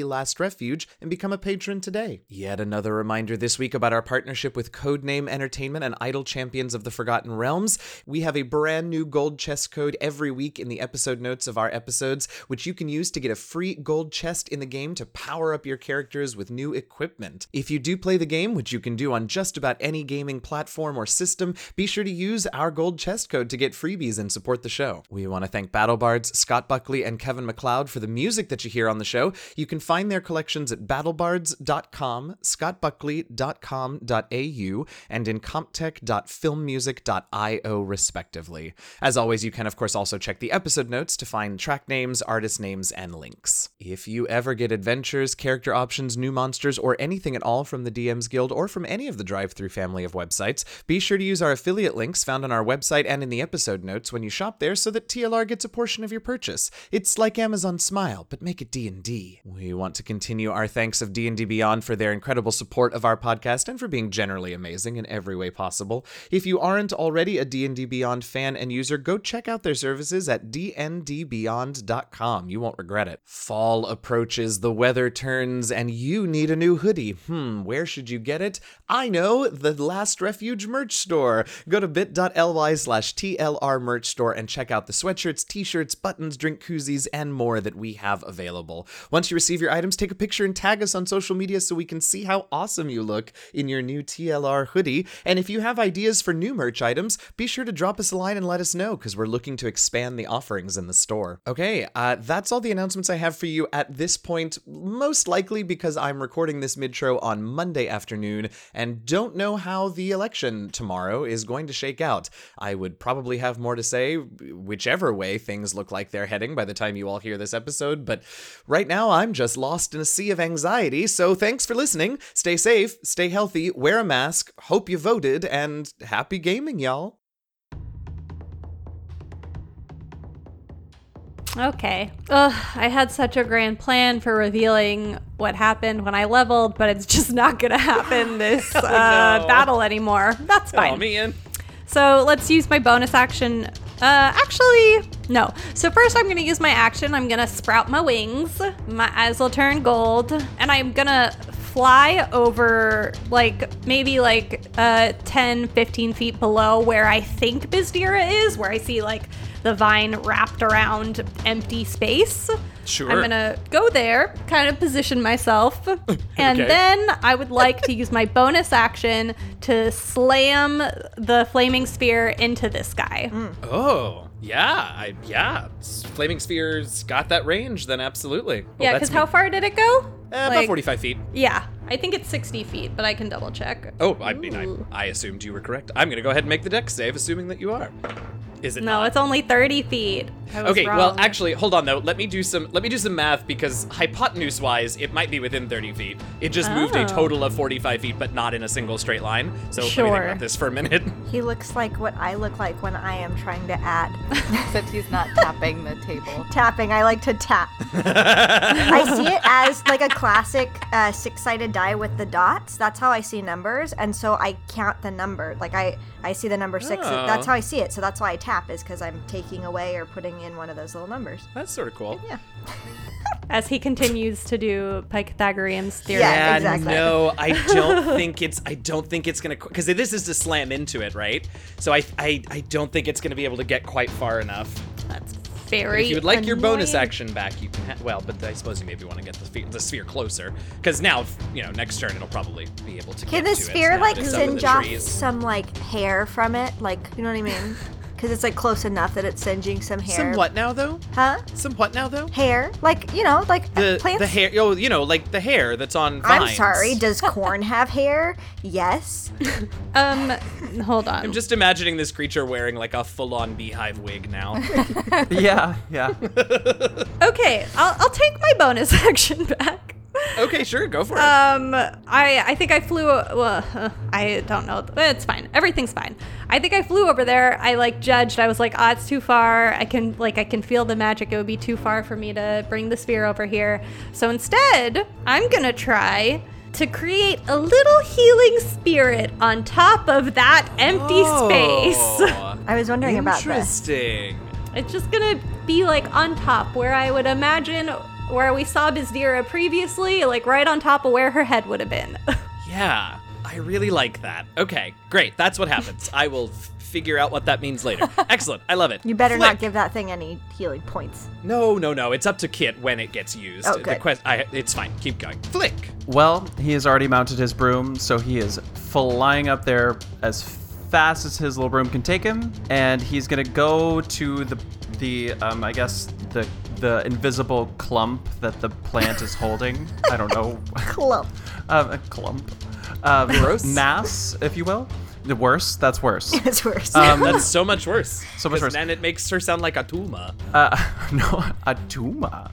Speaker 1: dndlastrefuge and become a patron today. Yet another reminder this week about our partnership with Codename Entertainment and Idle Champions of the Forgotten Realms. We have a brand new gold chest code every week in the episode notes of our episodes, which you can use to get a free gold chest in the game to power up your characters with new equipment. If you do play the game, which you can do on just about any gaming platform or system, be sure to use our gold chest code to get freebies and support the show. We want to thank BattleBards, Scott Buckley, and Kevin McLeod for the music that you hear on the show. You can find their collections at battlebards.com, scottbuckley.com.au, and in comptech.filmmusic.io, respectively. As always, you can, of course, also check the episode notes to find track names, artist names, and links. If you ever get adventures, character options, new monsters, or anything at all from the DM's Guild or from any of the drive through family of websites, be sure to use our affiliate links found on our website and in the episode notes when you shop there so that TLR gets a portion of your purchase. It's like Amazon Smile, but make it D&D. We want to continue our thanks of D&D Beyond for their incredible support of our podcast and for being generally amazing in every way possible. If you aren't already a D&D Beyond fan and user, go check out their services at dndbeyond.com. You won't regret it. Fall approaches, the weather turns, and you need a new hoodie. Hmm, where should you get it? I know, the Last Refuge merch store. Go to bit.ly slash TLR merch store and check out the sweatshirts, t shirts, buttons, drink koozies, and more that we have available. Once you receive your items, take a picture and tag us on social media so we can see how awesome you look in your new TLR hoodie. And if you have ideas for new merch items, be sure to drop us a line and let us know because we're looking to expand the offerings in the store. Okay, uh, that's all the announcements I have for you at this point, most likely because I'm recording this midtro on Monday afternoon and don't know how the election tomorrow is going to shake out. I would probably have more to say whichever way things look like they're heading by the time you all hear this episode, but right now I'm just lost in a sea of anxiety, so thanks for listening. Stay safe, stay healthy, wear a mask, hope you voted, and happy gaming, y'all.
Speaker 5: Okay. Ugh, I had such a grand plan for revealing what happened when I leveled, but it's just not gonna happen this uh, battle anymore. That's fine.
Speaker 1: in.
Speaker 5: So let's use my bonus action. Uh, actually, no. So first, I'm gonna use my action. I'm gonna sprout my wings. My eyes will turn gold, and I'm gonna fly over like maybe like uh 10 15 feet below where i think bizdira is where i see like the vine wrapped around empty space
Speaker 1: Sure.
Speaker 5: i'm gonna go there kind of position myself and
Speaker 1: [laughs] Okay.
Speaker 5: then i would like
Speaker 1: [laughs]
Speaker 5: to use my bonus action to slam the flaming spear into this guy
Speaker 1: Oh, yeah, I yeah. S- Flaming sphere's got that range, then absolutely. Well,
Speaker 5: yeah
Speaker 1: that's
Speaker 5: because how
Speaker 1: me.
Speaker 5: far did it go
Speaker 1: Eh, about
Speaker 5: like-
Speaker 1: forty-five feet.
Speaker 5: yeah i think it's 60 feet but i can double check
Speaker 1: Oh, I mean,
Speaker 5: Ooh.
Speaker 1: I, I assumed you were correct. I'm gonna go ahead and make the deck save, assuming that you are. Is it
Speaker 5: no
Speaker 1: not?
Speaker 5: it's only 30 feet I was
Speaker 1: okay. Well,
Speaker 5: wrong.
Speaker 1: actually, hold on though. Let me do some. Let me do some math because hypotenuse-wise, it might be within thirty feet. It just moved a
Speaker 5: Oh.
Speaker 1: total of forty-five feet, but not in a single straight line. So let me think
Speaker 5: Sure.
Speaker 1: about this for a minute. [laughs]
Speaker 3: He looks like what I look like when I am trying to [laughs] add
Speaker 2: Except he's
Speaker 1: [laughs]
Speaker 2: not tapping the table.
Speaker 3: tapping. I like to tap. I see it as like a classic uh, six-sided die with the dots. That's how I see numbers, and so I count the number. Like I, I see the number six.
Speaker 1: Oh.
Speaker 3: That's how I see it. So that's why I tap is because I'm taking away or putting in one of those little numbers.
Speaker 1: That's sort of cool.
Speaker 3: Yeah.
Speaker 5: as he continues to do Pythagorean's theorem.
Speaker 3: Yeah.
Speaker 1: Yeah,
Speaker 3: exactly.
Speaker 1: no, I
Speaker 3: [laughs]
Speaker 1: don't think it's. I don't think it's gonna because this is to slam into it, right? So I, I, I don't think it's gonna be able to get quite far enough.
Speaker 5: That's
Speaker 1: But
Speaker 5: very.
Speaker 1: if you would like your bonus
Speaker 5: annoying.
Speaker 1: action back, you can. Ha- well, but I suppose you maybe want to get the sphere, the sphere closer because now, you know, next turn it'll probably be able to.
Speaker 3: Can
Speaker 1: get
Speaker 3: the
Speaker 1: to it
Speaker 3: sphere
Speaker 1: now
Speaker 3: like
Speaker 1: that it's up in
Speaker 3: singe
Speaker 1: the
Speaker 3: off
Speaker 1: trees. [laughs]
Speaker 3: some like hair from it? Like you know what I mean? because it's like close enough that it's singeing some hair.
Speaker 1: Some what now though?
Speaker 3: Huh?
Speaker 1: Some what now though?
Speaker 3: Hair? Like you know, like
Speaker 1: The
Speaker 3: plants.
Speaker 1: the hair. Oh, you know, like the hair that's on vines.
Speaker 3: I'm sorry.
Speaker 1: [laughs]
Speaker 3: Does corn have hair? Yes.
Speaker 5: Um, hold on.
Speaker 1: I'm just imagining this creature wearing like a full-on beehive wig
Speaker 3: [laughs]
Speaker 1: now.
Speaker 4: yeah, yeah.
Speaker 5: okay, I'll, I'll take my bonus [laughs] action back.
Speaker 1: okay, sure, go for it.
Speaker 5: Um, I I think I flew. Well, [laughs] uh, I don't know. It's fine. Everything's fine. I think I flew over there. I like judged. I was like, ah, it's too far. I can like I can feel the magic. It would be too far for me to bring the spear over here. So instead, I'm gonna try to create a little healing spirit on top of that empty space. [laughs]
Speaker 3: [laughs]
Speaker 1: Oh,
Speaker 3: I was wondering about this.
Speaker 1: Interesting.
Speaker 5: It's just gonna be like on top, where I would imagine where we saw Bizdira previously, like right on top of where her head would have been. [laughs]
Speaker 1: Yeah, I really like that. Okay, great. That's what
Speaker 3: [laughs]
Speaker 1: happens. I will f- figure out what that means later. Excellent. I love it.
Speaker 3: You better
Speaker 1: Flick.
Speaker 3: not give that thing any healing points.
Speaker 1: No, no, no. It's up to Kit when it gets used.
Speaker 3: Oh,
Speaker 1: The
Speaker 3: good.
Speaker 1: quest- I, it's fine. Keep going. Flick.
Speaker 4: Well, he has already mounted his broom, so he is flying up there as fast as his little broom can take him, and he's gonna go to the the um, I guess the the invisible clump that the plant is holding. I don't know, [laughs]
Speaker 3: Clump.
Speaker 4: um, a clump, um,
Speaker 1: Gross.
Speaker 4: mass, if you will. The worse. That's worse.
Speaker 1: [laughs]
Speaker 3: It's worse.
Speaker 4: Um,
Speaker 1: That's so much worse.
Speaker 4: So much
Speaker 1: 'Cause
Speaker 4: worse.
Speaker 1: Then it makes her sound like a Tuma.
Speaker 4: uh, [laughs] no, a tuma.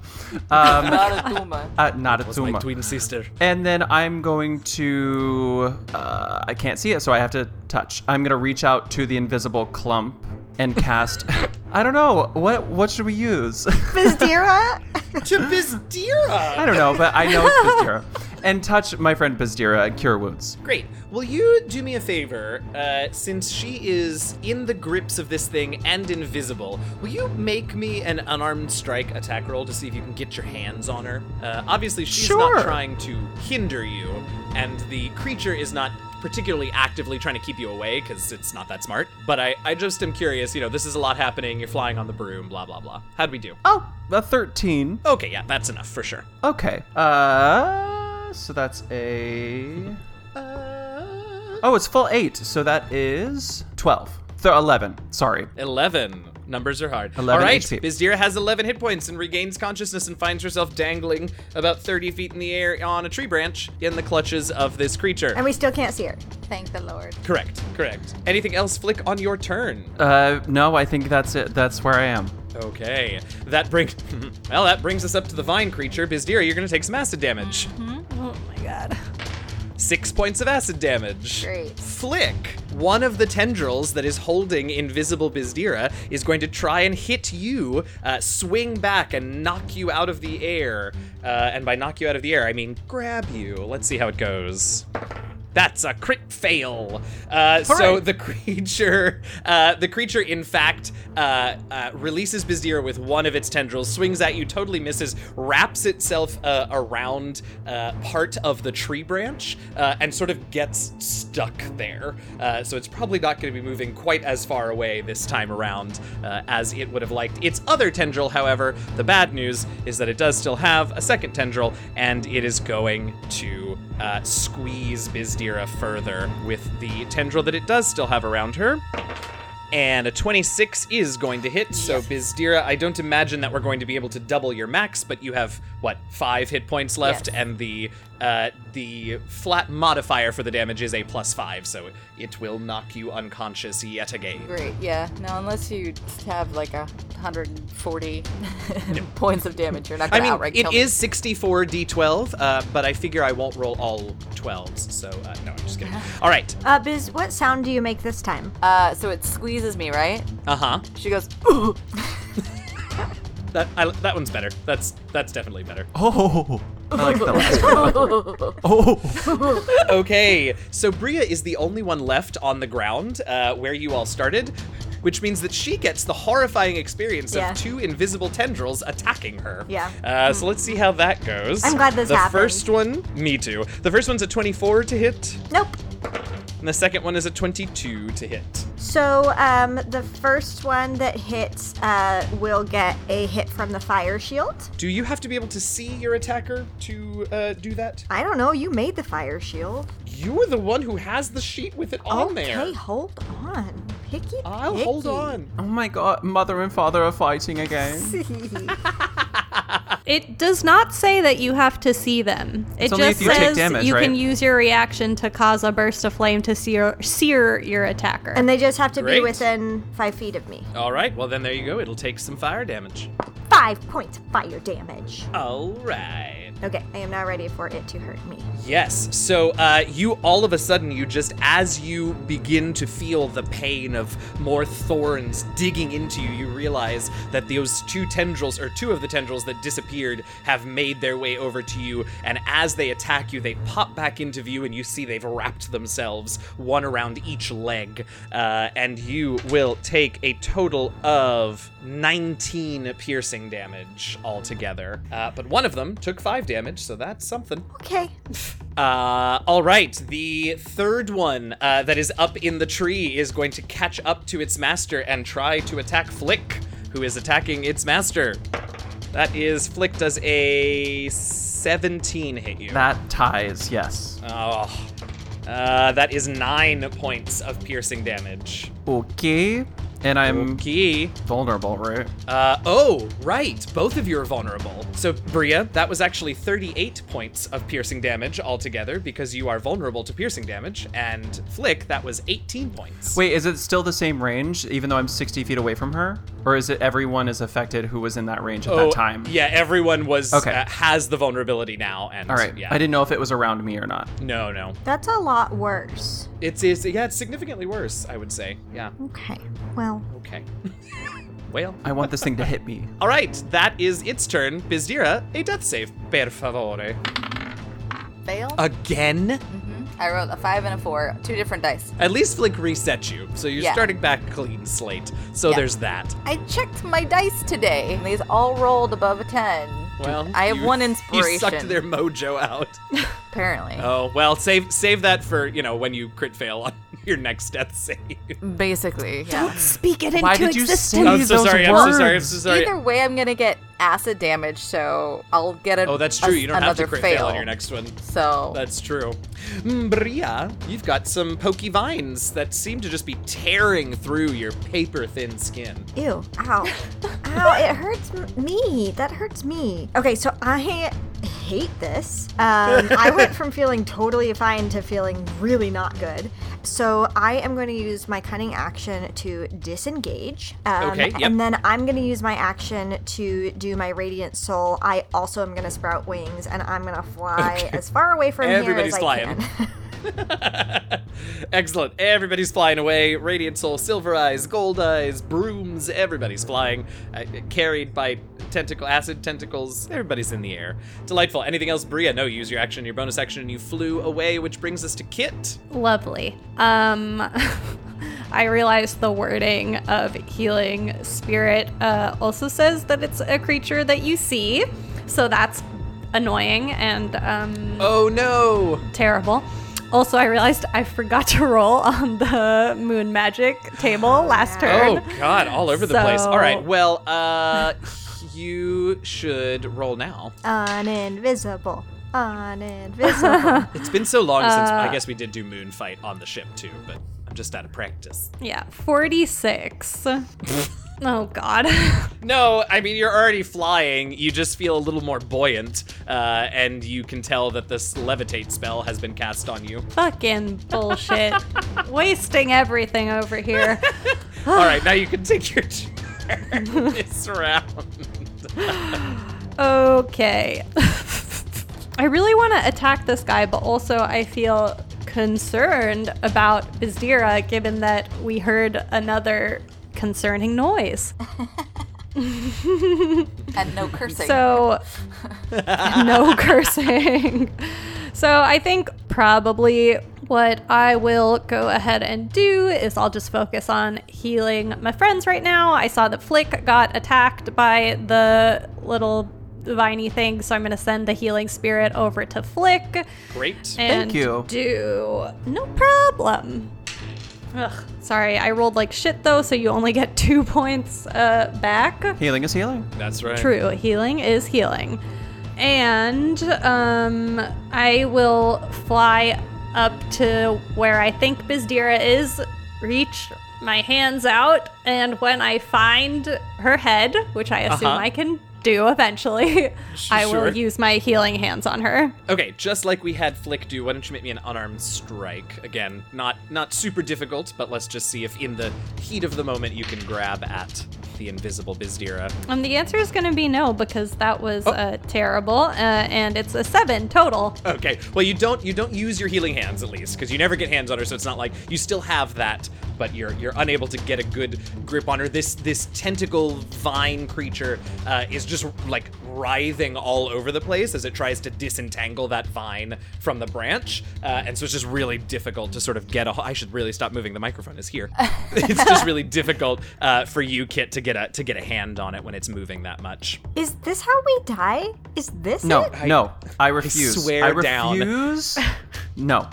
Speaker 4: Um,
Speaker 2: Not a Duma.
Speaker 4: uh, not a
Speaker 1: It's my
Speaker 4: tuma.
Speaker 1: twin
Speaker 4: [laughs]
Speaker 1: sister.
Speaker 4: And then I'm going to. Uh, I can't see it, so I have to touch. I'm going to reach out to the invisible clump and cast. [laughs] I don't know. What What should we use? [laughs]
Speaker 3: [laughs] Bizdira?
Speaker 1: to Bizdira.
Speaker 4: I don't know, but I know it's Bizdira. And touch my friend Bizdira and cure wounds.
Speaker 1: Great. Will you do me a favor? Uh, since she is in the grips of this thing and invisible, will you make me an unarmed strike attack roll to see if you can get your hands on her? Uh, obviously, she's
Speaker 4: Sure.
Speaker 1: not trying to hinder you, and the creature is not particularly actively trying to keep you away because it's not that smart. But I, I just am curious. You know, this is a lot happening. You're flying on the broom. Blah blah blah. How'd we do?
Speaker 4: Oh, a 13.
Speaker 1: Okay, yeah, that's enough for sure.
Speaker 4: Okay. Uh, so that's a. Oh, it's full 8. So that is 12. Th- 11. Sorry.
Speaker 1: 11. Numbers are hard.
Speaker 4: 11
Speaker 1: All right,
Speaker 4: HP.
Speaker 1: Bizdira has 11 hit points and regains consciousness and finds herself dangling about 30 feet in the air on a tree branch in the clutches of this creature.
Speaker 3: and we still can't see her.
Speaker 2: [laughs] Thank the Lord.
Speaker 1: correct, correct. Anything else, Flick, on your turn?
Speaker 4: Uh, no, I think that's it. That's where I am.
Speaker 1: Okay, that brings, [laughs] well, that brings us up to the vine creature. Bizdira, you're gonna take some acid damage.
Speaker 5: oh my god.
Speaker 1: Six points of acid damage.
Speaker 2: Great.
Speaker 1: Flick, one of the tendrils that is holding invisible Bizdira, is going to try and hit you, uh, swing back and knock you out of the air. Uh, and by knock you out of the air, I mean grab you. Let's see how it goes. That's a crit fail. Uh, so
Speaker 4: Hooray.
Speaker 1: the [laughs] creature, uh, the creature, in fact, uh, uh, releases Bizdira with one of its tendrils, swings at you, totally misses, wraps itself uh, around uh, part of the tree branch, uh, and sort of gets stuck there. Uh, so it's probably not going to be moving quite as far away this time around uh, as it would have liked. Its other tendril, however, the bad news is that it does still have a second tendril, and it is going to uh, squeeze Bizdira further with the tendril that it does still have around her. And a 26 is going to hit. So, Bizdira, I don't imagine that we're going to be able to double your max, but you have, what, five hit points left?
Speaker 2: Yes.
Speaker 1: And the uh, the flat modifier for the damage is a plus five, so it will knock you unconscious yet again.
Speaker 2: Great. Yeah. No, unless you have like a [laughs] 140 points of damage, you're not
Speaker 1: I
Speaker 2: gonna
Speaker 1: mean,
Speaker 2: outright
Speaker 1: it
Speaker 2: kill me.
Speaker 1: is 64 d12, uh, but I figure I won't roll all 12s, so uh, no, I'm
Speaker 2: [laughs]
Speaker 1: just kidding. All right.
Speaker 3: Uh, Biz, what sound do you make this time?
Speaker 2: Uh, so it squeezes me, right?
Speaker 1: Uh huh.
Speaker 2: She goes, ooh.
Speaker 1: That I, that one's better. That's that's definitely better.
Speaker 4: Oh, I like the last one. [laughs] Oh,
Speaker 1: okay, so Bria is the only one left on the ground uh, where you all started, which means that she gets the horrifying experience
Speaker 3: Yeah.
Speaker 1: of two invisible tendrils attacking her.
Speaker 3: Yeah.
Speaker 1: Uh, so let's see how that goes.
Speaker 3: I'm glad this
Speaker 1: the
Speaker 3: happened.
Speaker 1: first one, me too. The first one's a 24 to hit,
Speaker 3: Nope.
Speaker 1: and the second one is a 22 to hit.
Speaker 3: So um, the first one that hits uh, will get a hit from the fire shield.
Speaker 1: Do you have to be able to see your attacker to uh, do that?
Speaker 3: I don't know. You made the fire shield.
Speaker 1: You are the one who has the sheet with it on
Speaker 3: okay,
Speaker 1: there.
Speaker 3: hold on. Picky.
Speaker 1: I'll hold
Speaker 3: picky.
Speaker 1: on.
Speaker 4: Oh my god, mother and father are fighting again. [laughs]
Speaker 5: It does not say that you have to see them. It
Speaker 4: It's
Speaker 5: just
Speaker 4: only if you
Speaker 5: says
Speaker 4: take damage,
Speaker 5: you can
Speaker 4: right?
Speaker 5: use your reaction to cause a burst of flame to sear, sear your attacker.
Speaker 3: And they just have to
Speaker 1: Great.
Speaker 3: be within five feet of me.
Speaker 1: All right, well, then there you go. It'll take some fire damage.
Speaker 3: Five points of fire damage.
Speaker 1: All right.
Speaker 3: Okay, I am now ready for it to hurt me.
Speaker 1: Yes. So uh, you all of a sudden, you just as you begin to feel the pain of more thorns digging into you, you realize that those two tendrils, or two of the tendrils that disappeared, have made their way over to you. And as they attack you, they pop back into view, and you see they've wrapped themselves one around each leg. Uh, and you will take a total of 19 piercing damage altogether. Uh, but one of them took five damage, so that's something.
Speaker 3: Okay.
Speaker 1: Uh, all right. The third one uh, that is up in the tree is going to catch up to its master and try to attack Flick, who is attacking its master. That is Flick does a 17 hit you.
Speaker 4: That ties, yes.
Speaker 1: Oh, uh, that is nine points of piercing damage.
Speaker 4: Okay. And I'm
Speaker 1: Key.
Speaker 4: vulnerable, right?
Speaker 1: Uh, oh, right. Both of you are vulnerable. So, Bria, that was actually 38 points of piercing damage altogether because you are vulnerable to piercing damage. And Flick, that was 18 points.
Speaker 4: Wait, is it still the same range, even though I'm 60 feet away from her? Or is it everyone is affected who was in that range at
Speaker 1: Oh,
Speaker 4: that time?
Speaker 1: Yeah, everyone was
Speaker 4: Okay.
Speaker 1: uh, has the vulnerability now. And
Speaker 4: All right.
Speaker 1: yeah,
Speaker 4: I didn't know if it was around me or not.
Speaker 1: No, no.
Speaker 3: That's a lot worse.
Speaker 1: It's is yeah, it's significantly worse. I would say. Yeah.
Speaker 3: Okay. Well,
Speaker 1: Okay. [laughs] well.
Speaker 4: I want this thing to hit [laughs] me.
Speaker 1: All right, that is its turn. Bizdira, a death save, per favore.
Speaker 2: Fail.
Speaker 1: Uh, Again?
Speaker 2: I rolled a five and a four, two different dice.
Speaker 1: At least Flick resets you, so you're
Speaker 2: Yeah.
Speaker 1: starting back clean slate. So
Speaker 2: Yeah.
Speaker 1: there's that.
Speaker 2: I checked my dice today. These all rolled above a ten.
Speaker 1: Well,
Speaker 2: I have
Speaker 1: you-
Speaker 2: one
Speaker 1: You
Speaker 2: inspiration.
Speaker 1: sucked their mojo out.
Speaker 2: [laughs] apparently.
Speaker 1: [laughs] oh well, save save that for you know when you crit fail on [laughs] your next death save.
Speaker 2: Basically, yeah.
Speaker 5: speak it
Speaker 4: Why did you say
Speaker 1: [laughs] I'm so
Speaker 4: those
Speaker 1: sorry.
Speaker 4: words?
Speaker 1: I'm so sorry. I'm so sorry.
Speaker 2: Either way, I'm gonna get acid damage, so I'll get a.
Speaker 1: Oh, that's true.
Speaker 2: a-
Speaker 1: You don't have to
Speaker 2: another
Speaker 1: crit
Speaker 2: fail.
Speaker 1: fail on your next one.
Speaker 2: So
Speaker 1: That's true. Mm, Bria, you've got some pokey vines that seem to just be tearing through your paper thin skin.
Speaker 3: ew.
Speaker 1: [laughs]
Speaker 3: Ow. Ow, it hurts m- me. That hurts me. Okay, so I hate this. Um, I
Speaker 1: [laughs]
Speaker 3: went from feeling totally fine to feeling really not good. So I am going to use my cunning action to disengage. Um,
Speaker 1: Okay, yep.
Speaker 3: And then I'm going to use my action to do my Radiant Soul. I also am going to sprout wings and I'm going to fly as far away from
Speaker 1: Everybody's
Speaker 3: here as I
Speaker 1: flying.
Speaker 3: can.
Speaker 1: [laughs] Excellent. Everybody's flying away. Radiant Soul, Silver Eyes, Gold Eyes, Brooms. Everybody's flying. Uh, carried by tentacle acid tentacles. Everybody's in the air. Delightful. Anything else, Bria? No, you use your action, your bonus action, and you flew away, which brings us to Kit.
Speaker 5: Lovely. Um, [laughs] I realized the wording of healing spirit uh, also says that it's a creature that you see, so that's annoying and um,
Speaker 1: Oh no!
Speaker 5: terrible. Also, I realized I forgot to roll [laughs] on the moon magic table last turn.
Speaker 1: Oh god, all over the place.
Speaker 5: So-
Speaker 1: All right. Well, uh [laughs] you should roll now.
Speaker 3: [laughs] Uninvisible.
Speaker 1: [laughs]
Speaker 3: Uninvisible.
Speaker 1: It's been so long since I guess we did do moon fight on the ship too, but I'm just out of practice.
Speaker 5: Yeah, 46. [laughs] oh, God. [laughs]
Speaker 1: No, I mean you're already flying. You just feel a little more buoyant, uh, and you can tell that this levitate spell has been cast on
Speaker 5: [sighs]
Speaker 1: you.
Speaker 5: Fucking bullshit. Wasting everything over here.
Speaker 1: All right, now you can take your [laughs] turn this round.
Speaker 5: Okay. [laughs] I really want to attack this guy, but also I feel concerned about Bizdira given that we heard another concerning noise.
Speaker 2: and
Speaker 1: [laughs]
Speaker 2: no cursing.
Speaker 5: So, no cursing. So, I think probably what I will go ahead and do is I'll just focus on healing my friends right now. I saw that Flick got attacked by the little viney thing, so I'm going to send the healing spirit over to Flick
Speaker 1: Great.
Speaker 5: and
Speaker 4: you.
Speaker 5: do no problem. Ugh, sorry, I rolled like shit though, so you only get [laughs] two points uh, back.
Speaker 4: Healing is healing.
Speaker 1: That's right.
Speaker 5: True, healing is healing. And um, I will fly up to where I think Bizdira is, reach my hands out, and when I find her head, which I assume
Speaker 1: Uh-huh.
Speaker 5: I can do eventually, I
Speaker 1: sure.
Speaker 5: will use my healing hands on her.
Speaker 1: Okay, just like we had Flick do, why don't you make me an unarmed strike? Again, not not super difficult, but let's just see if in the heat of the moment you can grab at the invisible Bizdira.
Speaker 5: Um, the answer is going to be no because that was
Speaker 1: Oh.
Speaker 5: uh, terrible, uh, and it's a seven total.
Speaker 1: [laughs] Okay. Well, you don't you don't use your healing hands at least because you never get hands on her, so it's not like you still have that, but you're you're unable to get a good grip on her. This this tentacle vine creature uh, is just like writhing all over the place as it tries to disentangle that vine from the branch, uh, and so it's just really difficult to sort of get a. I should really stop moving. The microphone is here. it's just really difficult uh, for you, Kit, to get a to get a hand on it when it's moving that much.
Speaker 3: Is this how we die? Is this
Speaker 4: No,
Speaker 3: it?
Speaker 4: no, I refuse.
Speaker 1: swear
Speaker 4: I
Speaker 1: down.
Speaker 4: refuse. [laughs] No.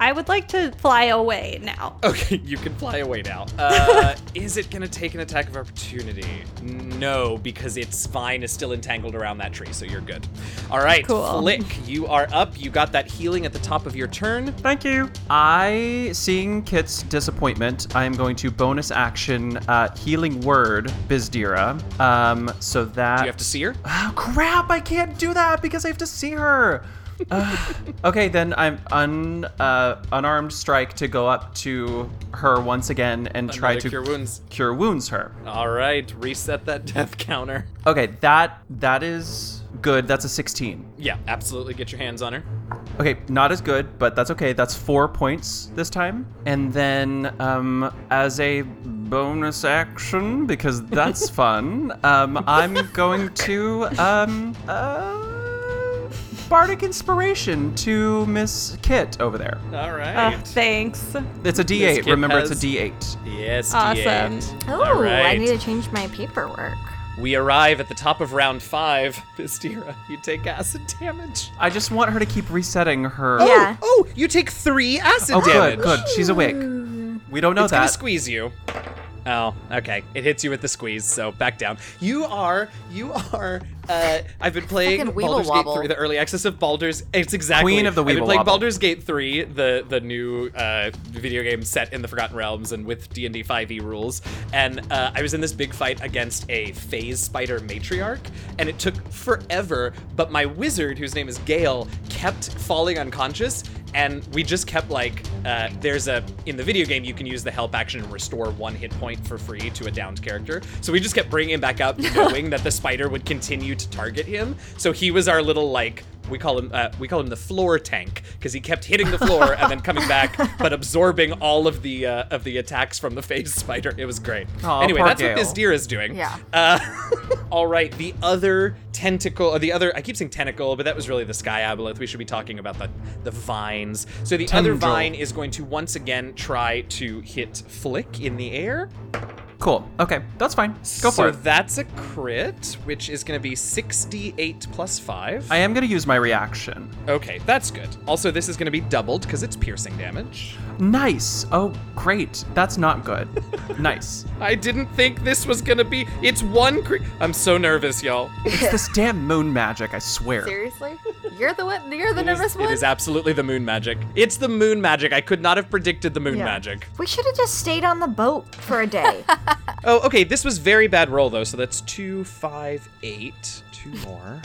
Speaker 5: I would like to fly away now.
Speaker 1: Okay, [laughs] you can fly away now. Uh, [laughs] is it gonna take an attack of opportunity? No, because its vine is still entangled around that tree, so you're good. All right,
Speaker 5: Cool.
Speaker 1: Flick, you are up. You got that healing at the top of your turn.
Speaker 4: Thank you. I, seeing Kit's disappointment, I am going to bonus action uh, healing word Bizdira. Um, so that
Speaker 1: You have to see her.
Speaker 4: Oh crap! I can't do that because I have to see her. Ugh. [laughs] okay, then I'm un uh, unarmed strike to go up to her once again and try
Speaker 1: Another
Speaker 4: to
Speaker 1: cure wounds.
Speaker 4: cure wounds her.
Speaker 1: All right, reset that [laughs] death counter.
Speaker 4: Okay, that that is good. That's a 16.
Speaker 1: Yeah, absolutely. Get your hands on her.
Speaker 4: Okay, not as good, but that's okay. That's four points this time. And then, um, as a bonus action, because
Speaker 1: [laughs]
Speaker 4: that's fun, um, I'm going to um, uh, bardic inspiration to Miss Kit over there.
Speaker 1: All
Speaker 5: Uh,
Speaker 1: right.
Speaker 5: thanks.
Speaker 4: It's a D8.
Speaker 1: Kit
Speaker 4: Remember,
Speaker 1: has-
Speaker 4: it's a D8.
Speaker 1: yes.
Speaker 5: Awesome.
Speaker 1: D8. All
Speaker 3: Oh, I
Speaker 1: right.
Speaker 3: need to change my paperwork.
Speaker 1: We arrive at the top of round five. [laughs] Bistira, you take acid damage.
Speaker 4: I just want her to keep resetting her.
Speaker 3: Yeah.
Speaker 1: Oh, you take three acid
Speaker 4: Oh,
Speaker 1: damage.
Speaker 4: good, good. She's awake. We don't know
Speaker 1: it's gonna
Speaker 4: that.
Speaker 1: squeeze you. Oh, okay. It hits you with the squeeze, so back down. You are, you are. Uh, I've been playing
Speaker 2: Fucking Weeble
Speaker 1: Baldur's
Speaker 2: Wobble.
Speaker 1: Gate three, the early access of Baldur's. It's exactly
Speaker 4: Queen of the
Speaker 1: I've been
Speaker 4: Weeble
Speaker 1: playing
Speaker 4: Wobble.
Speaker 1: Baldur's Gate three, the the new uh, video game set in the Forgotten Realms and with D and D five e rules. And uh, I was in this big fight against a phase spider matriarch, and it took forever. But my wizard, whose name is Gale, kept falling unconscious, and we just kept like uh, there's a in the video game you can use the help action and restore one hit point for free to a downed character so we just kept bringing him back
Speaker 4: [laughs]
Speaker 1: up knowing that the spider would continue to target him so he was our little like we call him uh, we call him the floor tank because he kept hitting the floor and then coming back but absorbing all of the uh, of the attacks from the phase spider it was great
Speaker 4: Aw,
Speaker 1: anyway
Speaker 4: poor
Speaker 1: that's what
Speaker 4: Gale.
Speaker 1: this deer is doing
Speaker 2: Yeah.
Speaker 1: uh, [laughs] all right, the other tentacle, or the other, I keep saying tentacle, but that was really the sky aboleth. We should be talking about the, the vines. So the other
Speaker 4: Tendril.
Speaker 1: vine is going to once again try to hit Flick in the air.
Speaker 4: Cool. Okay, that's fine. Go
Speaker 1: so
Speaker 4: for it.
Speaker 1: that's a crit, which is going to be 68 plus 5.
Speaker 4: I am going to use my reaction.
Speaker 1: okay, that's good. Also, this is going to be doubled because it's piercing damage.
Speaker 4: Nice. Oh, great. That's not good. nice.
Speaker 1: I didn't think this was going to be. It's one crit. I'm so nervous, y'all.
Speaker 4: It's this damn moon magic, I swear.
Speaker 2: Seriously? You're the one you're the
Speaker 1: It is-
Speaker 2: nervous
Speaker 1: It
Speaker 2: one?
Speaker 1: is absolutely the moon magic. It's the moon magic. I could not have predicted the moon
Speaker 3: Yeah.
Speaker 1: magic.
Speaker 3: We should have just stayed on the boat for a day.
Speaker 1: Oh, okay. This was very bad roll though, so that's two, five, eight, two more.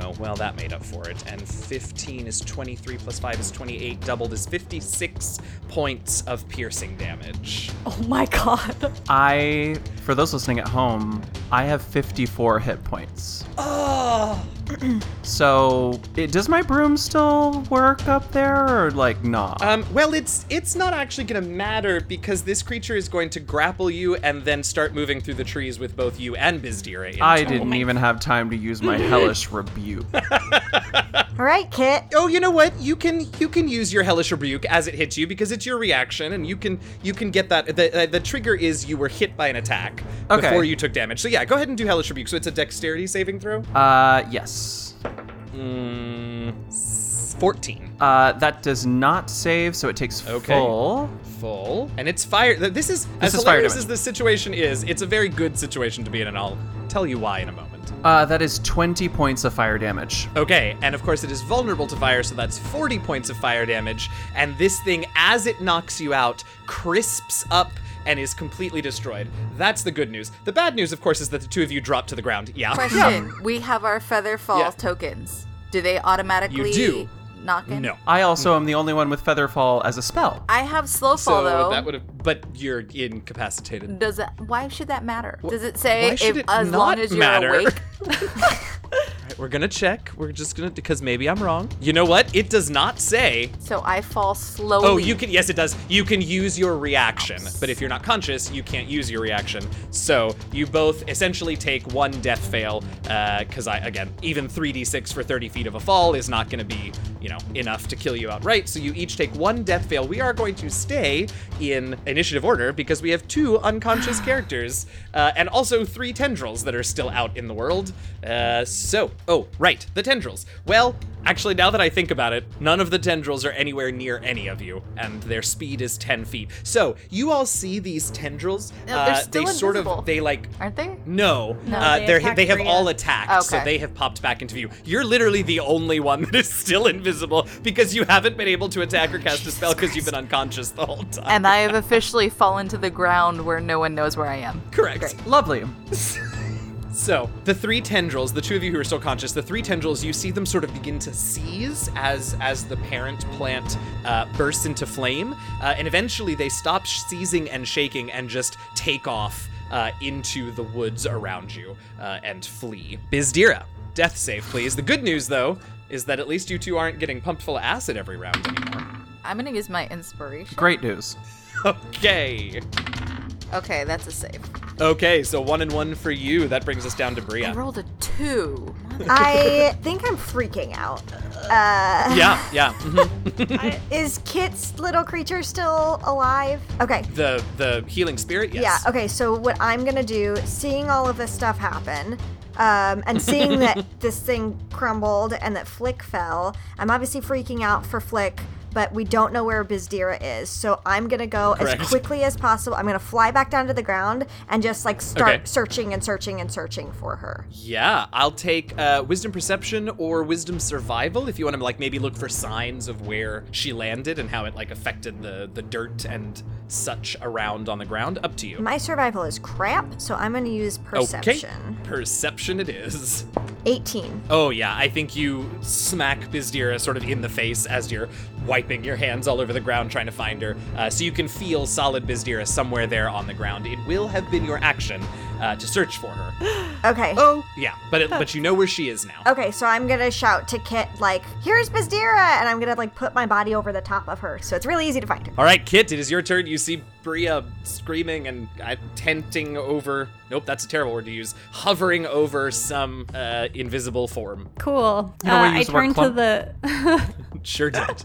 Speaker 1: Oh well, that made up for it. And fifteen is twenty-three plus five is twenty-eight. Doubled is fifty-six points of piercing damage.
Speaker 5: Oh my [laughs] god.
Speaker 4: I, for those listening at home, I have 54 hit points.
Speaker 1: Oh,
Speaker 4: So, it, does my broom still work up there, or like not?
Speaker 1: Um, well, it's it's not actually gonna matter because this creature is going to grapple you and then start moving through the trees with both you and Bizdira. in
Speaker 4: I
Speaker 1: tow.
Speaker 4: didn't even have time to use my hellish rebuke.
Speaker 3: All right, Kit.
Speaker 1: Oh, you know what? You can you can use your hellish rebuke as it hits you because it's your reaction, and you can you can get that. The uh, the trigger is you were hit by an attack
Speaker 4: Okay.
Speaker 1: before you took damage. So yeah, go ahead and do hellish rebuke. So it's a dexterity saving throw.
Speaker 4: Uh, yes.
Speaker 1: Mm, 14.
Speaker 4: Uh, that does not save, so it takes
Speaker 1: Okay.
Speaker 4: full.
Speaker 1: Full. And it's fire. th- This is, as
Speaker 4: is fire
Speaker 1: hilarious
Speaker 4: damage.
Speaker 1: as this situation is, it's a very good situation to be in, and I'll tell you why in a moment.
Speaker 4: Uh, that is 20 points of fire damage.
Speaker 1: Okay, and of course it is vulnerable to fire, so that's 40 points of fire damage. And this thing, as it knocks you out, crisps up and is completely destroyed. That's the good news. The bad news, of course, is that the two of you drop to the ground. Yeah.
Speaker 2: [laughs] Question: We have our feather fall
Speaker 1: Yeah.
Speaker 2: tokens. Do they automatically
Speaker 1: You do.
Speaker 2: knock in?
Speaker 1: No.
Speaker 4: I also am the only one with Featherfall as a spell.
Speaker 2: I have slow fall
Speaker 1: So
Speaker 2: though. Mm.
Speaker 1: that would have, but you're incapacitated.
Speaker 2: Does that? Why should that matter? Does it say
Speaker 1: why should
Speaker 2: if,
Speaker 1: it
Speaker 2: as
Speaker 1: not
Speaker 2: long as you're
Speaker 1: matter? [laughs]
Speaker 2: awake?
Speaker 1: Right, we're gonna check. We're just gonna because maybe I'm wrong. You know what? It does not say.
Speaker 2: So I fall slowly.
Speaker 1: Oh, you can. Yes, it does. You can use your reaction, but if you're not conscious, you can't use your reaction. So you both essentially take one death fail, because I again, even 3d6 for 30 feet of a fall is not going to be, you know, enough to kill you outright. So you each take one death fail. We are going to stay in initiative order because we have two unconscious characters uh, and also three tendrils that are still out in the world. Uh, so, oh, right, the tendrils. Well, Actually, now that I think about it, none of the tendrils are anywhere near any of you, and their speed is 10 feet. So, you all see these tendrils. uh,
Speaker 2: No, they're still
Speaker 1: they sort
Speaker 2: invisible.
Speaker 1: of, they like.
Speaker 2: Aren't they?
Speaker 1: No,
Speaker 5: No,
Speaker 1: uh,
Speaker 5: they
Speaker 1: they're,
Speaker 5: attacked
Speaker 1: they have
Speaker 5: Rhea.
Speaker 1: all attacked, so
Speaker 2: Okay.
Speaker 1: they have popped back into view. You're literally the only one [laughs] that is still invisible because you haven't been able to attack or cast a spell because you've been unconscious the whole time.
Speaker 2: And I have officially fallen to the ground where no one knows where I am.
Speaker 1: Correct.
Speaker 4: Lovely.
Speaker 1: So, the three tendrils, the two of you who are still conscious, the three tendrils, you see them sort of begin to seize as as the parent plant uh, bursts into flame, uh, and eventually they stop seizing and shaking and just take off uh, into the woods around you uh, and flee. Bizdira, death save, please. The good news, though, is that at least you two aren't getting pumped full of acid every round [laughs] anymore.
Speaker 2: I'm gonna use my inspiration.
Speaker 4: Great news.
Speaker 1: Okay.
Speaker 2: Okay, that's a save.
Speaker 1: Okay, so one and one for you. That brings us down to Bria.
Speaker 2: I rolled a two.
Speaker 3: I think I'm freaking out. Uh,
Speaker 1: Yeah, yeah. mhm.
Speaker 3: Is Kit's little creature still alive? Okay.
Speaker 1: The the healing spirit, yes.
Speaker 3: Yeah. Okay. So what I'm gonna do, seeing all of this stuff happen, um, and
Speaker 1: [laughs]
Speaker 3: seeing that this thing crumbled and that Flick fell, I'm obviously freaking out for Flick. But we don't know where Bizdira is, so I'm gonna go
Speaker 1: Correct.
Speaker 3: as quickly as possible. I'm gonna fly back down to the ground and just like start
Speaker 1: Okay.
Speaker 3: searching and searching and searching for her.
Speaker 1: Yeah, I'll take uh, wisdom perception or wisdom survival if you want to like maybe look for signs of where she landed and how it like affected the the dirt and such around on the ground. Up to you.
Speaker 3: My survival is crap, so I'm gonna use perception.
Speaker 1: Okay, perception it is.
Speaker 3: 18.
Speaker 1: Oh yeah, I think you smack Bizdira sort of in the face as you're wiping your hands all over the ground trying to find her. Uh, so you can feel solid Bizdira somewhere there on the ground. It will have been your action uh, to search for
Speaker 3: [gasps]
Speaker 1: her.
Speaker 3: Okay.
Speaker 1: Oh yeah, but it, but you know where she is now.
Speaker 3: Okay, so I'm gonna shout to Kit like, "Here's Bizdira," and I'm gonna like put my body over the top of her, so it's really easy to find her.
Speaker 1: All right, Kit, it is your turn. You see Bria screaming and uh, tenting over. Nope, that's a terrible word to use. Hovering over some uh, invisible form. [laughs]
Speaker 5: Cool.
Speaker 4: You know, we
Speaker 5: uh, I
Speaker 4: use the word
Speaker 5: turn to
Speaker 4: clump.
Speaker 5: the [laughs]
Speaker 1: Sure did.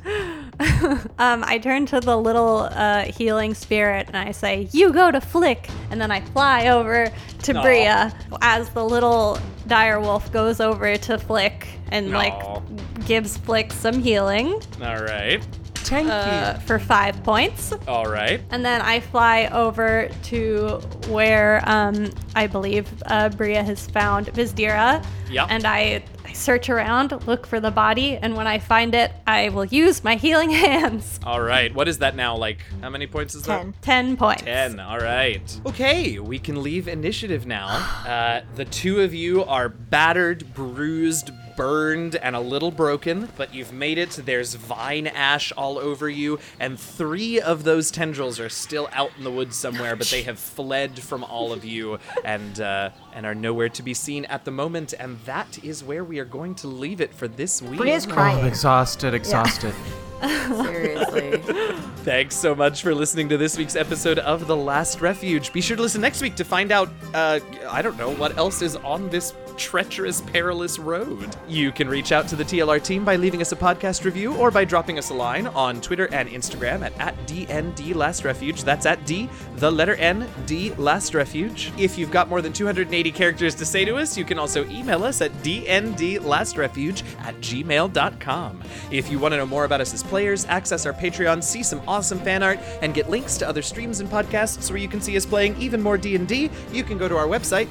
Speaker 5: um, I turn to the little uh, healing spirit and I say, "You go to Flick," and then I fly over to
Speaker 1: Aw.
Speaker 5: Bria as the little dire wolf goes over to Flick and
Speaker 1: Aw.
Speaker 5: like gives Flick some healing
Speaker 1: All right.
Speaker 4: Thank
Speaker 5: uh, for five points.
Speaker 1: All right.
Speaker 5: And then I fly over to where um, I believe uh, Bria has found Vizdira.
Speaker 1: Yep.
Speaker 5: And I, I search around, look for the body, and when I find it, I will use my healing [laughs] hands.
Speaker 1: All right. What is that now? Like, how many points is that?
Speaker 3: Ten.
Speaker 5: Ten points.
Speaker 1: Ten. All right. Okay, we can leave initiative [gasps] now. Uh, the two of you are battered, bruised, burned, and a little broken, but you've made it. There's vine ash all over you, and three of those tendrils are still out in the woods somewhere, but [laughs] they have fled from all of you and uh, and are nowhere to be seen at the moment. And that is where we are going to leave it for this week.
Speaker 3: Bria's
Speaker 4: Oh, I'm
Speaker 3: crying.
Speaker 4: exhausted, exhausted.
Speaker 2: [laughs] Seriously. Yay.
Speaker 1: Thanks so much for listening to this week's episode of The Last Refuge. Be sure to listen next week to find out, uh, I don't know, what else is on this treacherous, perilous road. You can reach out to the TLR team by leaving us a podcast review or by dropping us a line on Twitter and Instagram at, at DNDLastRefuge. That's at D, the letter N, D Last Refuge. If you've got more than 280 characters to say to us, you can also email us at DNDLastRefuge at gmail.com. If you want to know more about us as players, access our Patreon, see some awesome fan art, and get links to other streams and podcasts where you can see us playing even more D&D, you can go to our website,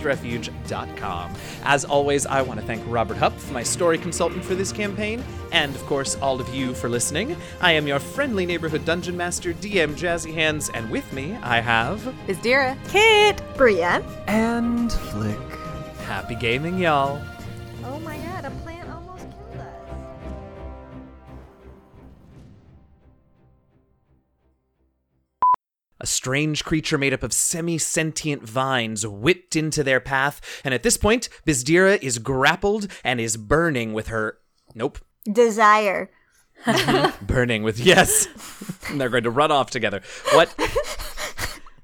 Speaker 1: www.dndlastrefuge.com. As always, I want to thank Robert Hupf, my story consultant for this campaign, and of course, all of you for listening. I am your friendly neighborhood dungeon master, DM Jazzy Hands, and with me I have...
Speaker 2: Is Dira?
Speaker 3: Kit, Brienne.
Speaker 4: And flick.
Speaker 1: Happy gaming, y'all.
Speaker 3: Oh my god, a plant almost killed us.
Speaker 1: A strange creature made up of semi sentient vines whipped into their path, and at this point, Bizdira is grappled and is burning with her. Nope.
Speaker 3: Desire.
Speaker 1: [laughs] Burning with. Yes! and they're going to run off together. What